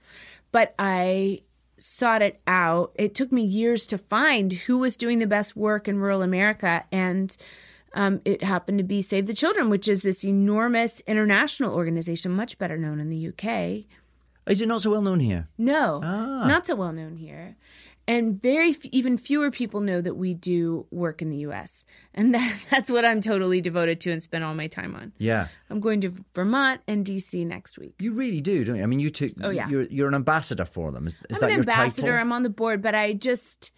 Speaker 2: but I sought it out. It took me years to find who was doing the best work in rural America, and um, it happened to be Save the Children, which is this enormous international organization, much better known in the UK.
Speaker 1: Is it not so well known here?
Speaker 2: No, it's not so well known here. And very f- even fewer people know that we do work in the US. And that, that's what I'm totally devoted to and spend all my time on.
Speaker 1: Yeah.
Speaker 2: I'm going to Vermont and DC next week.
Speaker 1: You really do, don't you? I mean, you took. Oh,
Speaker 2: yeah.
Speaker 1: You're, you're an ambassador for them. Is, is
Speaker 2: I'm
Speaker 1: that
Speaker 2: an
Speaker 1: your
Speaker 2: ambassador.
Speaker 1: title?
Speaker 2: I'm on the board, but I just,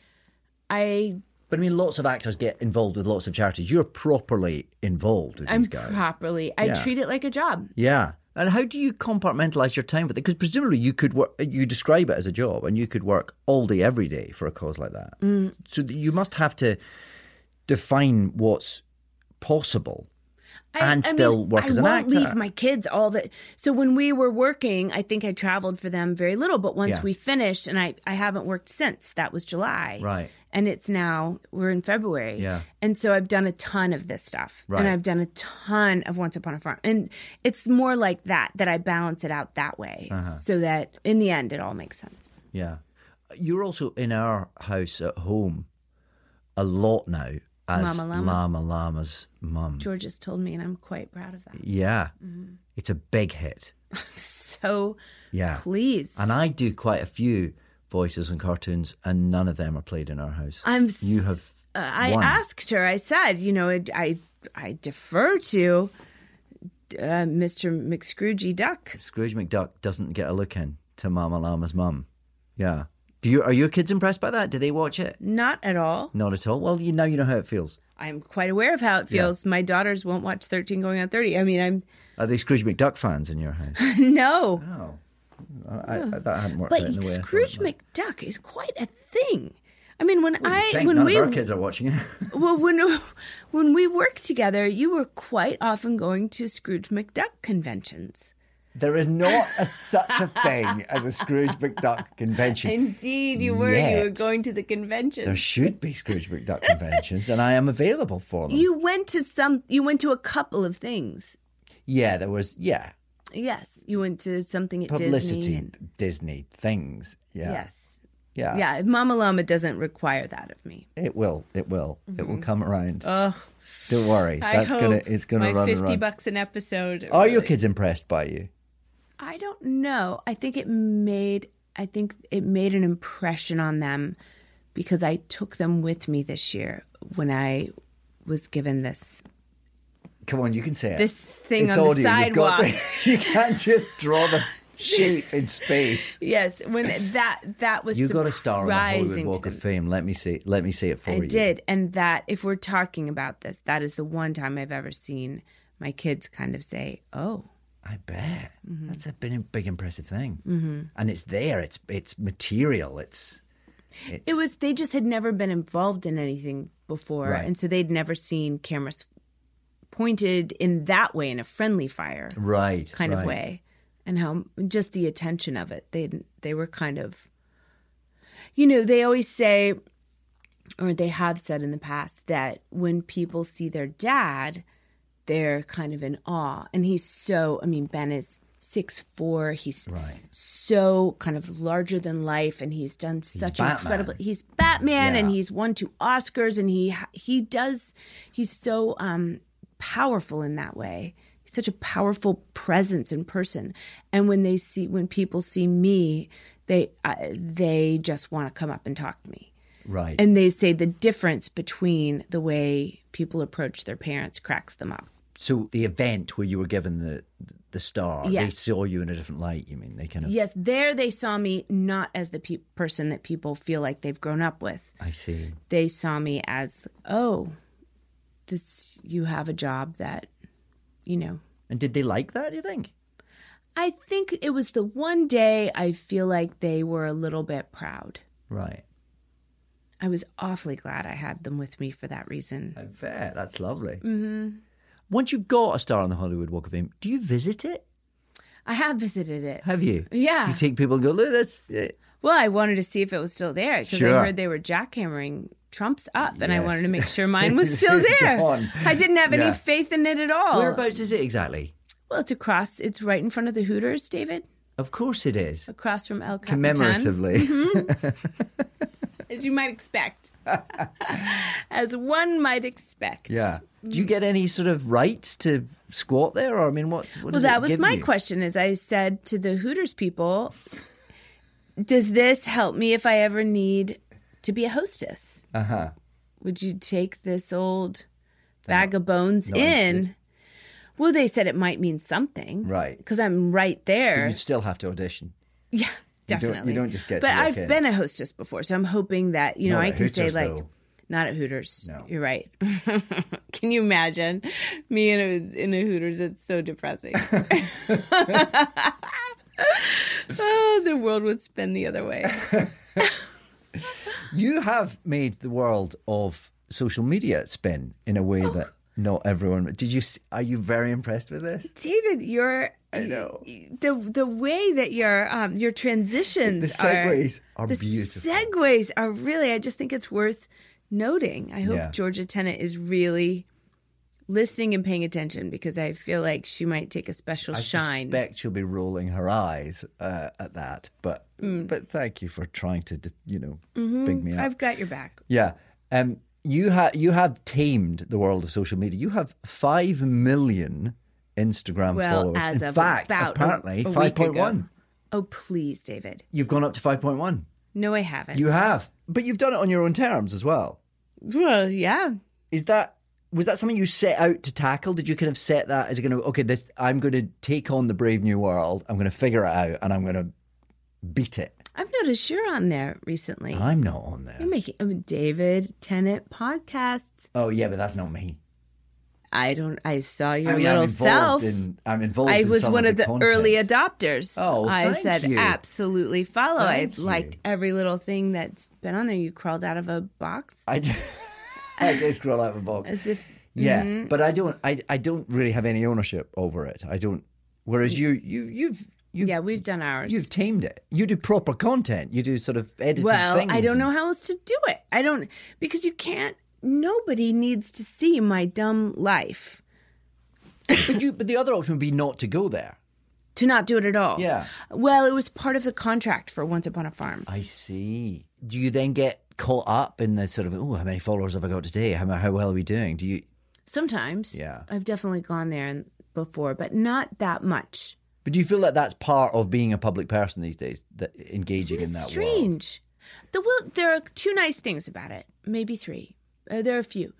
Speaker 2: I,
Speaker 1: But I mean, lots of actors get involved with lots of charities. You're properly involved with
Speaker 2: I'm
Speaker 1: these guys.
Speaker 2: properly. I
Speaker 1: Yeah.
Speaker 2: treat it like a job.
Speaker 1: yeah. And how do you compartmentalize your time with it? Because presumably you could work. You describe it as a job, and you could work all day, every day for a cause like that.
Speaker 2: Mm.
Speaker 1: So that you must have to define what's possible.
Speaker 2: I-
Speaker 1: And
Speaker 2: I
Speaker 1: still
Speaker 2: mean,
Speaker 1: work as an
Speaker 2: I won't
Speaker 1: actor.
Speaker 2: leave my kids all the. So when we were working, I think I traveled for them very little. But once
Speaker 1: Yeah.
Speaker 2: we finished, and I, I haven't worked since. That was July,
Speaker 1: Right.
Speaker 2: And it's now we're in February,
Speaker 1: Yeah.
Speaker 2: And so I've done a ton of this stuff,
Speaker 1: Right.
Speaker 2: and I've done a ton of Once Upon a Farm, and it's more like that that I balance it out that way,
Speaker 1: Uh-huh.
Speaker 2: so that in the end it all makes sense.
Speaker 1: Yeah. You're also in our house at home a lot now as
Speaker 2: Mama Llama.
Speaker 1: Llama Llama's mum.
Speaker 2: George has told me, and I'm quite proud of that.
Speaker 1: Yeah.
Speaker 2: Mm-hmm.
Speaker 1: It's a big hit.
Speaker 2: So
Speaker 1: Yeah.
Speaker 2: pleased.
Speaker 1: And I do quite a few voices and cartoons, and none of them are played in our house.
Speaker 2: I'm s-
Speaker 1: you have.
Speaker 2: Uh, I
Speaker 1: won.
Speaker 2: asked her. I said, you know, it, I I defer to uh, Mr. McScroogey Duck.
Speaker 1: Scrooge McDuck doesn't get a look in to Mama Llama's mum. Yeah. Do you? Are your kids impressed by that? Do they watch it?
Speaker 2: Not at all.
Speaker 1: Not at all. Well, you now you know how it feels.
Speaker 2: I'm quite aware of how it feels. My daughters won't watch 13 going on 30. I mean, I'm
Speaker 1: Are they Scrooge McDuck fans in your house?
Speaker 2: no,
Speaker 1: oh, I, I, that hadn't worked out in
Speaker 2: but
Speaker 1: the way. I thought it
Speaker 2: Scrooge
Speaker 1: might.
Speaker 2: McDuck is quite a thing. I mean, when I
Speaker 1: You'd think
Speaker 2: when
Speaker 1: none
Speaker 2: we
Speaker 1: of our kids are watching it.
Speaker 2: well when when we worked together, you were quite often going to Scrooge McDuck conventions.
Speaker 1: there is not a, such a thing as a Scrooge McDuck convention.
Speaker 2: Indeed, you were. You were
Speaker 1: Yet.
Speaker 2: going to the convention.
Speaker 1: there should be Scrooge McDuck conventions, and I am available for them.
Speaker 2: You went to some. You went to a couple of things.
Speaker 1: yeah, there was. Yeah,
Speaker 2: Yes, you went to something at
Speaker 1: publicity,
Speaker 2: Disney.
Speaker 1: Disney,
Speaker 2: and-
Speaker 1: things. Yeah, Uh,
Speaker 2: Yes.
Speaker 1: yeah,
Speaker 2: Yeah, Mama Llama doesn't require that of me.
Speaker 1: It will. It will. It will come around.
Speaker 2: Mm-hmm. Ugh.
Speaker 1: Don't worry.
Speaker 2: I
Speaker 1: That's
Speaker 2: hope
Speaker 1: gonna. It's gonna
Speaker 2: my
Speaker 1: run and
Speaker 2: fifty
Speaker 1: run.
Speaker 2: bucks an episode.
Speaker 1: Are your
Speaker 2: really-
Speaker 1: kids impressed by you?
Speaker 2: I don't know. I think it made. I think it made an impression on them because I took them with me this year when I was given this
Speaker 1: Come on, you can say it.
Speaker 2: this thing
Speaker 1: it's
Speaker 2: on the
Speaker 1: audio. You've got
Speaker 2: sidewalk.
Speaker 1: to- you can't just draw the shape in space.
Speaker 2: yes, when that that was
Speaker 1: You got a star on the Hollywood
Speaker 2: surprising to
Speaker 1: Walk
Speaker 2: them.
Speaker 1: of Fame. Let me see. Let me see it for
Speaker 2: I
Speaker 1: you.
Speaker 2: did. And that, if we're talking about this, that is the one time I've ever seen my kids kind of say, oh,
Speaker 1: I bet that's a big, big impressive thing. Mm-hmm. And it's there. It's it's material. It's
Speaker 2: it was, they just had never been involved in anything before.
Speaker 1: Right.
Speaker 2: And so they'd never seen cameras pointed in that way, in a friendly fire
Speaker 1: right
Speaker 2: kind of
Speaker 1: right.
Speaker 2: way. And how just the attention of it, they they were kind of, you know, they always say, or they have said in the past that when people see their dad, they're kind of in awe. And he's so, I mean, Ben is six four. He's
Speaker 1: Right.
Speaker 2: so kind of larger than life, and he's done such an
Speaker 1: Batman.
Speaker 2: incredible. He's Batman, and
Speaker 1: Yeah.
Speaker 2: he's won two Oscars, and he he does. He's so um, powerful in that way. He's such a powerful presence in person. And when they see, when people see me, they uh, they just want to come up and talk to me.
Speaker 1: Right.
Speaker 2: And they say the difference between the way people approach their parents cracks them up.
Speaker 1: so the event where you were given the the star, they
Speaker 2: Yes.
Speaker 1: saw you in a different light. You mean they kind of?
Speaker 2: Yes, there they saw me not as the pe- person that people feel like they've grown up with.
Speaker 1: I see.
Speaker 2: They saw me as, oh, this you have a job that, you know.
Speaker 1: And did they like that? Do you think?
Speaker 2: I think it was the one day I feel like they were a little bit proud.
Speaker 1: Right.
Speaker 2: I was awfully glad I had them with me for that reason.
Speaker 1: I bet that's lovely. Mm-hmm. Once you've got a star on the Hollywood Walk of Fame, do you visit it?
Speaker 2: I have visited it.
Speaker 1: Have you?
Speaker 2: Yeah.
Speaker 1: You take people and go, look, that's it.
Speaker 2: Well, I wanted to see if it was still there because
Speaker 1: Sure.
Speaker 2: I heard they were jackhammering Trump's up, and I
Speaker 1: Yes.
Speaker 2: wanted to make sure mine was still
Speaker 1: It's
Speaker 2: there.
Speaker 1: gone.
Speaker 2: I didn't have
Speaker 1: Yeah.
Speaker 2: any faith in it at all.
Speaker 1: Whereabouts is it exactly?
Speaker 2: Well, it's across. It's right in front of the Hooters, David.
Speaker 1: Of course it is.
Speaker 2: Across from El Capitan,
Speaker 1: Commemoratively.
Speaker 2: as you might expect, as one might expect.
Speaker 1: yeah.
Speaker 2: Mm.
Speaker 1: Do you get any sort of rights to squat there? Or, I mean, what, what
Speaker 2: Well,
Speaker 1: does
Speaker 2: that
Speaker 1: it
Speaker 2: was
Speaker 1: give
Speaker 2: my
Speaker 1: you?
Speaker 2: question. As I said to the Hooters people, does this help me if I ever need to be a hostess? Uh huh.
Speaker 1: Uh-huh.
Speaker 2: Would you take this old bag of bones
Speaker 1: not
Speaker 2: in? Well, they said it might mean something,
Speaker 1: Right.
Speaker 2: Because I'm right there.
Speaker 1: You still have to audition.
Speaker 2: Yeah,
Speaker 1: don't- you
Speaker 2: definitely.
Speaker 1: don't just get to
Speaker 2: But
Speaker 1: walk
Speaker 2: I've
Speaker 1: in.
Speaker 2: been a hostess before, so I'm hoping that you know
Speaker 1: Not
Speaker 2: I
Speaker 1: at
Speaker 2: can say
Speaker 1: Hooters,
Speaker 2: like,
Speaker 1: though.
Speaker 2: not at Hooters.
Speaker 1: No.
Speaker 2: you're right. can you imagine me in a in a Hooters? It's so depressing. oh, the world would spin the other way.
Speaker 1: You have made the world of social media spin in a
Speaker 2: Oh.
Speaker 1: way that not everyone. Did you? s- Are you very impressed with this?
Speaker 2: David, you're. I
Speaker 1: know.
Speaker 2: the the way that your um your transitions
Speaker 1: The segues are,
Speaker 2: the
Speaker 1: beautiful.
Speaker 2: segues are really i just think it's worth noting i hope
Speaker 1: Yeah.
Speaker 2: georgia tennant is really listening and paying attention because i feel like she might take a special
Speaker 1: I
Speaker 2: shine
Speaker 1: suspect she'll be rolling her eyes uh, at that, but
Speaker 2: Mm.
Speaker 1: but thank you for trying to d- you know
Speaker 2: Mm-hmm.
Speaker 1: big me up.
Speaker 2: i've got your back
Speaker 1: Yeah. Um, you have you have tamed the world of social media. You have five million Instagram
Speaker 2: well
Speaker 1: followers.
Speaker 2: as
Speaker 1: In
Speaker 2: of
Speaker 1: fact,
Speaker 2: about a-
Speaker 1: apparently
Speaker 2: a week
Speaker 1: five point
Speaker 2: ago.
Speaker 1: one.
Speaker 2: oh please david
Speaker 1: You've gone up to five point one.
Speaker 2: no i haven't
Speaker 1: You have, but you've done it on your own terms as well.
Speaker 2: well yeah
Speaker 1: Is that was that something you set out to tackle? Did you kind of set that as going to okay? This I'm going to take on the brave new world. I'm going to figure it out, and I'm going to beat it.
Speaker 2: i've noticed you're on there recently
Speaker 1: I'm not on there.
Speaker 2: you're making I mean, david tennant podcasts
Speaker 1: Oh yeah, but that's not me.
Speaker 2: i don't i saw your
Speaker 1: I mean,
Speaker 2: little
Speaker 1: I'm
Speaker 2: self
Speaker 1: involved in. I'm involved.
Speaker 2: I
Speaker 1: in
Speaker 2: was
Speaker 1: some
Speaker 2: one of the,
Speaker 1: content.
Speaker 2: early adopters.
Speaker 1: Oh, well,
Speaker 2: I
Speaker 1: thank
Speaker 2: said
Speaker 1: you.
Speaker 2: absolutely follow.
Speaker 1: Thank
Speaker 2: I liked
Speaker 1: you.
Speaker 2: every little thing that's been on there. You crawled out of a box
Speaker 1: I did, I did crawl out of a box.
Speaker 2: as if Mm-hmm.
Speaker 1: yeah, but I don't. I, I don't really have any ownership over it. I don't. Whereas you you you've you've
Speaker 2: yeah, we've done ours.
Speaker 1: you've tamed it. You do proper content. You do sort of edited
Speaker 2: well,
Speaker 1: things.
Speaker 2: I don't
Speaker 1: and-
Speaker 2: know how else to do it. I don't because you can't. Nobody needs to see my dumb life
Speaker 1: But you. But the other option would be not to go there.
Speaker 2: to not do it at all.
Speaker 1: Yeah.
Speaker 2: Well, it was part of the contract for Once Upon a Farm.
Speaker 1: I see. Do you then get caught up in the sort of oh how many followers have I got today? How how well are we doing? Do you?
Speaker 2: Sometimes.
Speaker 1: Yeah.
Speaker 2: I've definitely gone there and before, but not that much.
Speaker 1: But do you feel that that's part of being a public person these days? That engaging in
Speaker 2: It's
Speaker 1: that world?
Speaker 2: strange. The will there are two nice things about it, maybe three. Uh, there are a few.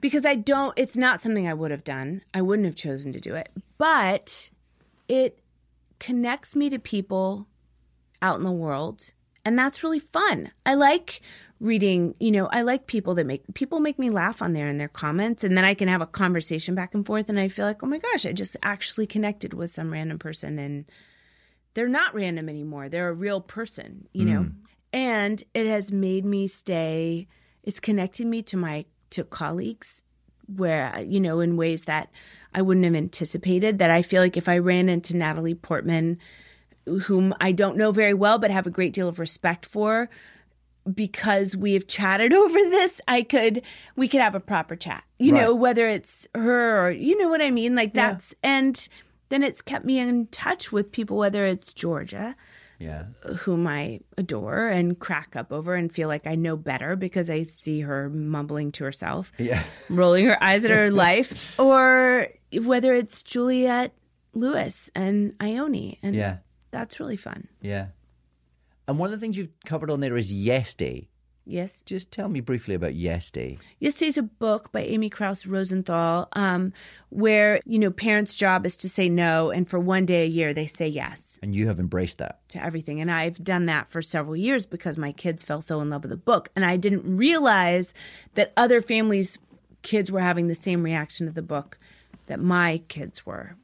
Speaker 2: Because I don't it's not something I would have done. I wouldn't have chosen to do it. But it connects me to people out in the world and that's really fun. I like reading, you know, I like people that make people make me laugh on there in their comments and then I can have a conversation back and forth and I feel like, "Oh my gosh, I just actually connected with some random person and they're not random anymore. They're a real person, you know. And it has made me stay. It's connected me to my to colleagues where uh, you know in ways that I wouldn't have anticipated that I feel like if I ran into Natalie Portman whom I don't know very well but have a great deal of respect for because we have chatted over this, I could we could have a proper chat. You
Speaker 1: Right.
Speaker 2: know, whether it's her or you know what I mean? Like that's and then it's kept me in touch with people, whether it's Georgia,
Speaker 1: Yeah.
Speaker 2: whom I adore and crack up over and feel like I know better because I see her mumbling to herself,
Speaker 1: Yeah.
Speaker 2: rolling her eyes at her life, or whether it's Juliet Lewis and Ione. And
Speaker 1: Yeah.
Speaker 2: that's really fun.
Speaker 1: Yeah. And one of the things you've covered on there is Yes Day.
Speaker 2: Yes.
Speaker 1: Just tell me briefly about Yes Day.
Speaker 2: Yesterday's a book by Amy Krauss Rosenthal, um, where you know parents' job is to say no, and for one day a year they say yes
Speaker 1: And you have embraced that.
Speaker 2: to everything. And I've done that for several years because my kids fell so in love with the book, and I didn't realize that other families' kids were having the same reaction to the book that my kids were.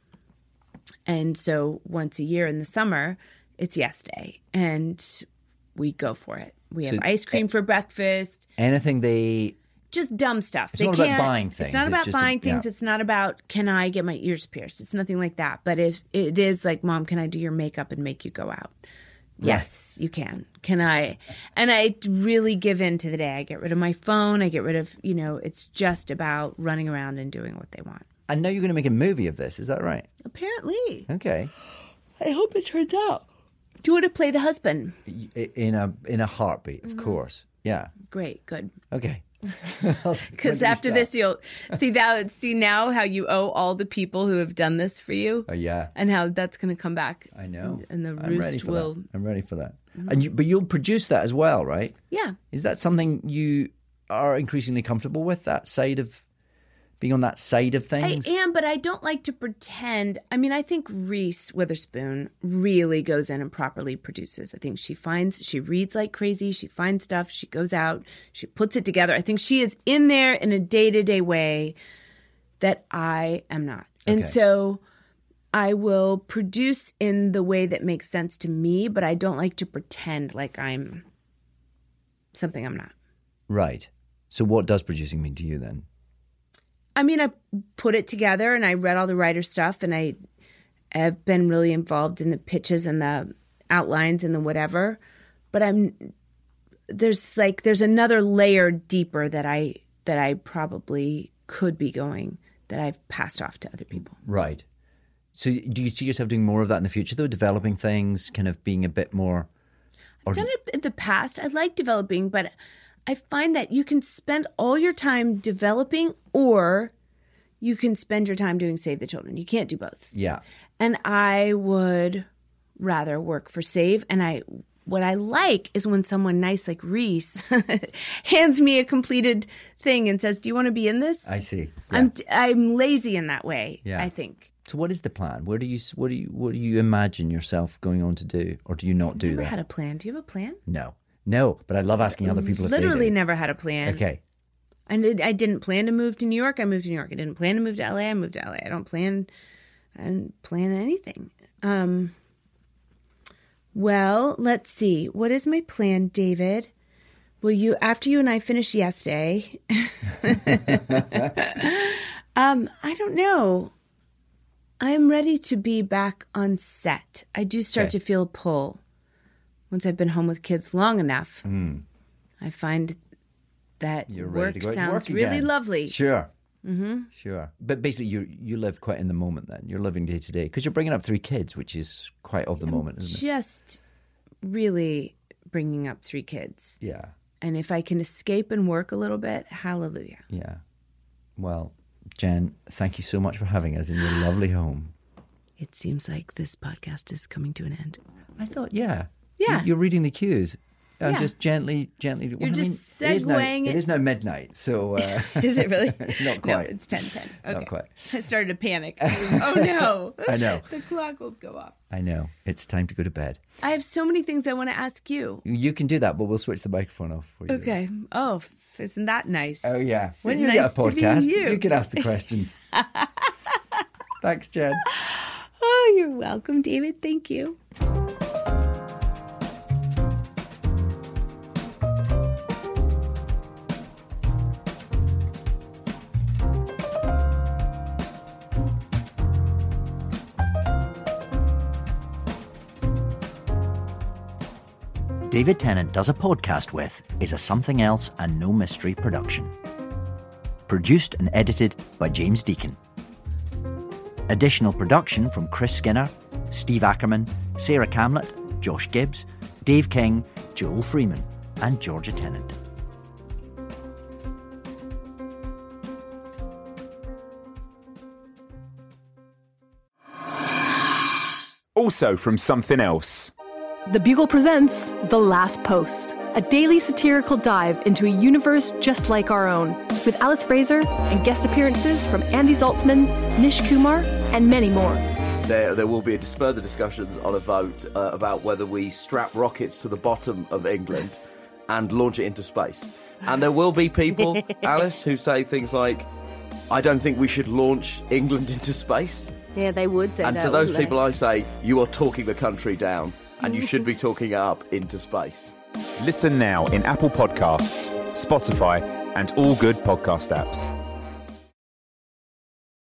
Speaker 2: And so once a year in the summer, it's yes day, and we go for it. We have
Speaker 1: So-
Speaker 2: ice cream for breakfast
Speaker 1: Anything they.
Speaker 2: just dumb stuff. It's
Speaker 1: not about buying
Speaker 2: It's
Speaker 1: things.
Speaker 2: not
Speaker 1: It's
Speaker 2: about
Speaker 1: just a-
Speaker 2: buying things.
Speaker 1: yeah.
Speaker 2: It's not about can I get my ears pierced. It's nothing like that. But if it is like, mom, can I do your makeup and make you go out? Yes, you can. Can I? And I really give in to the day. I get rid of my phone. I get rid of you know. It's just about running around and doing what they want.
Speaker 1: And now you're going to make a movie of this. Is that right?
Speaker 2: Apparently,
Speaker 1: Okay.
Speaker 2: I hope it turns out. Do you want to play the husband?
Speaker 1: Y- In a in a heartbeat, of
Speaker 2: Mm-hmm.
Speaker 1: course. Yeah.
Speaker 2: Great, good.
Speaker 1: Okay.
Speaker 2: Because
Speaker 1: Because
Speaker 2: after this, you'll see that. See now how you owe all the people who have done this for you.
Speaker 1: Oh, yeah.
Speaker 2: and how that's going to come back.
Speaker 1: I know.
Speaker 2: And, and the
Speaker 1: I'm ready
Speaker 2: roost
Speaker 1: for
Speaker 2: will. Mm-hmm.
Speaker 1: That. I'm ready for that. And you, but you'll produce that as well, right?
Speaker 2: Yeah.
Speaker 1: Is that something you are increasingly comfortable with? That side of being on that side of
Speaker 2: I
Speaker 1: things.
Speaker 2: am, but I don't like to pretend. I mean, I think Reese Witherspoon really goes in and properly produces. I think she finds, she reads like crazy, she finds stuff, she goes out, she puts it together. I think she is in there in a day to day way that I am not. And
Speaker 1: Okay.
Speaker 2: so I will produce in the way that makes sense to me, but I don't like to pretend like I'm something I'm not.
Speaker 1: right. So what does producing mean to you then?
Speaker 2: I mean, I put it together and I read all the writer stuff and I have been really involved in the pitches and the outlines and the whatever. But I'm there's like there's another layer deeper that I that I probably could be going that I've passed off to other people.
Speaker 1: Right. So do you see yourself doing more of that in the future though? Developing things, kind of being a bit more
Speaker 2: I've done it in the past. I like developing, but I find that you can spend all your time developing or you can spend your time doing save the children. You can't do both.
Speaker 1: yeah.
Speaker 2: and I would rather work for Save. And I, what I like is when someone nice like Reese hands me a completed thing and says, "Do you want to be in this?"
Speaker 1: I see.
Speaker 2: I'm I'm lazy in that way.
Speaker 1: Yeah.
Speaker 2: I think
Speaker 1: So what is the plan? Where do you what do you what do you imagine yourself going on to do or do you not do
Speaker 2: never
Speaker 1: that?
Speaker 2: had a plan. Do you have a plan?
Speaker 1: no. No, but I love asking other people if they
Speaker 2: Literally
Speaker 1: do.
Speaker 2: never had a plan.
Speaker 1: Okay.
Speaker 2: I did, I didn't plan to move to New York. I moved to New York. I didn't plan to move to LA. I moved to LA. I don't plan. I didn't plan anything. Um. Well, let's see. What is my plan, David? Will you after you and I finish yesterday? um, I don't know. I'm ready to be back on set. I do start
Speaker 1: Okay.
Speaker 2: to feel a pull once I've been home with kids long enough. I find that
Speaker 1: Hmm. You're
Speaker 2: work
Speaker 1: ready to go out to
Speaker 2: sounds
Speaker 1: work
Speaker 2: really
Speaker 1: again.
Speaker 2: lovely.
Speaker 1: Sure. Mm-hmm. Sure. But basically, you you live quite in the moment then. You're living day to day because you're bringing up three kids, which is quite of the moment, isn't it?
Speaker 2: Just really bringing up three kids.
Speaker 1: Yeah.
Speaker 2: And if I can escape and work a little bit, hallelujah.
Speaker 1: Yeah. Well, Jen, thank you so much for having us in your lovely home.
Speaker 2: It seems like this podcast is coming to an end.
Speaker 1: I thought, yeah.
Speaker 2: Yeah.
Speaker 1: You- You're reading the cues. I'm
Speaker 2: Yeah.
Speaker 1: just gently, gently. You're
Speaker 2: just
Speaker 1: it is now,
Speaker 2: segueing
Speaker 1: It
Speaker 2: it.
Speaker 1: is now midnight, so uh,
Speaker 2: Is it really?
Speaker 1: Not
Speaker 2: No,
Speaker 1: quite.
Speaker 2: it's ten ten. Okay.
Speaker 1: Not quite.
Speaker 2: I started to panic. oh no.
Speaker 1: I know.
Speaker 2: the clock will go off.
Speaker 1: I know it's time to go to bed.
Speaker 2: I have so many things I want to ask you.
Speaker 1: You can do that, but we'll switch the microphone off for you.
Speaker 2: Okay. Oh, f- isn't that nice?
Speaker 1: Oh yeah.
Speaker 2: So
Speaker 1: when you
Speaker 2: nice
Speaker 1: get a
Speaker 2: to be
Speaker 1: podcast,
Speaker 2: you.
Speaker 1: you can ask the questions. Thanks, Jen.
Speaker 2: Oh, you're welcome, David. Thank you.
Speaker 1: David Tennant does a podcast with is a Something Else and No Mystery production. Produced and edited by James Deacon. Additional production from Chris Skinner, Steve Ackerman, Sarah Camlett, Josh Gibbs, Dave King, Joel Freeman, and Georgia Tennant.
Speaker 3: Also from something else.
Speaker 4: The Bugle presents The Last Post, a daily satirical dive into a universe just like our own, with Alice Fraser and guest appearances from Andy Zaltzman, Nish Kumar, and many more.
Speaker 5: There, there will be dis- further discussions on a vote uh, about whether we strap rockets to the bottom of England and launch it into space. And there will be people, Alice, who say things like, I don't think we should launch England into space.
Speaker 2: Yeah, they would say
Speaker 5: And
Speaker 2: that.
Speaker 5: to those
Speaker 2: wouldn't they?
Speaker 5: people, I say, you are talking the country down and you should be talking it up into space.
Speaker 3: Listen now in Apple Podcasts, Spotify, and all good podcast apps.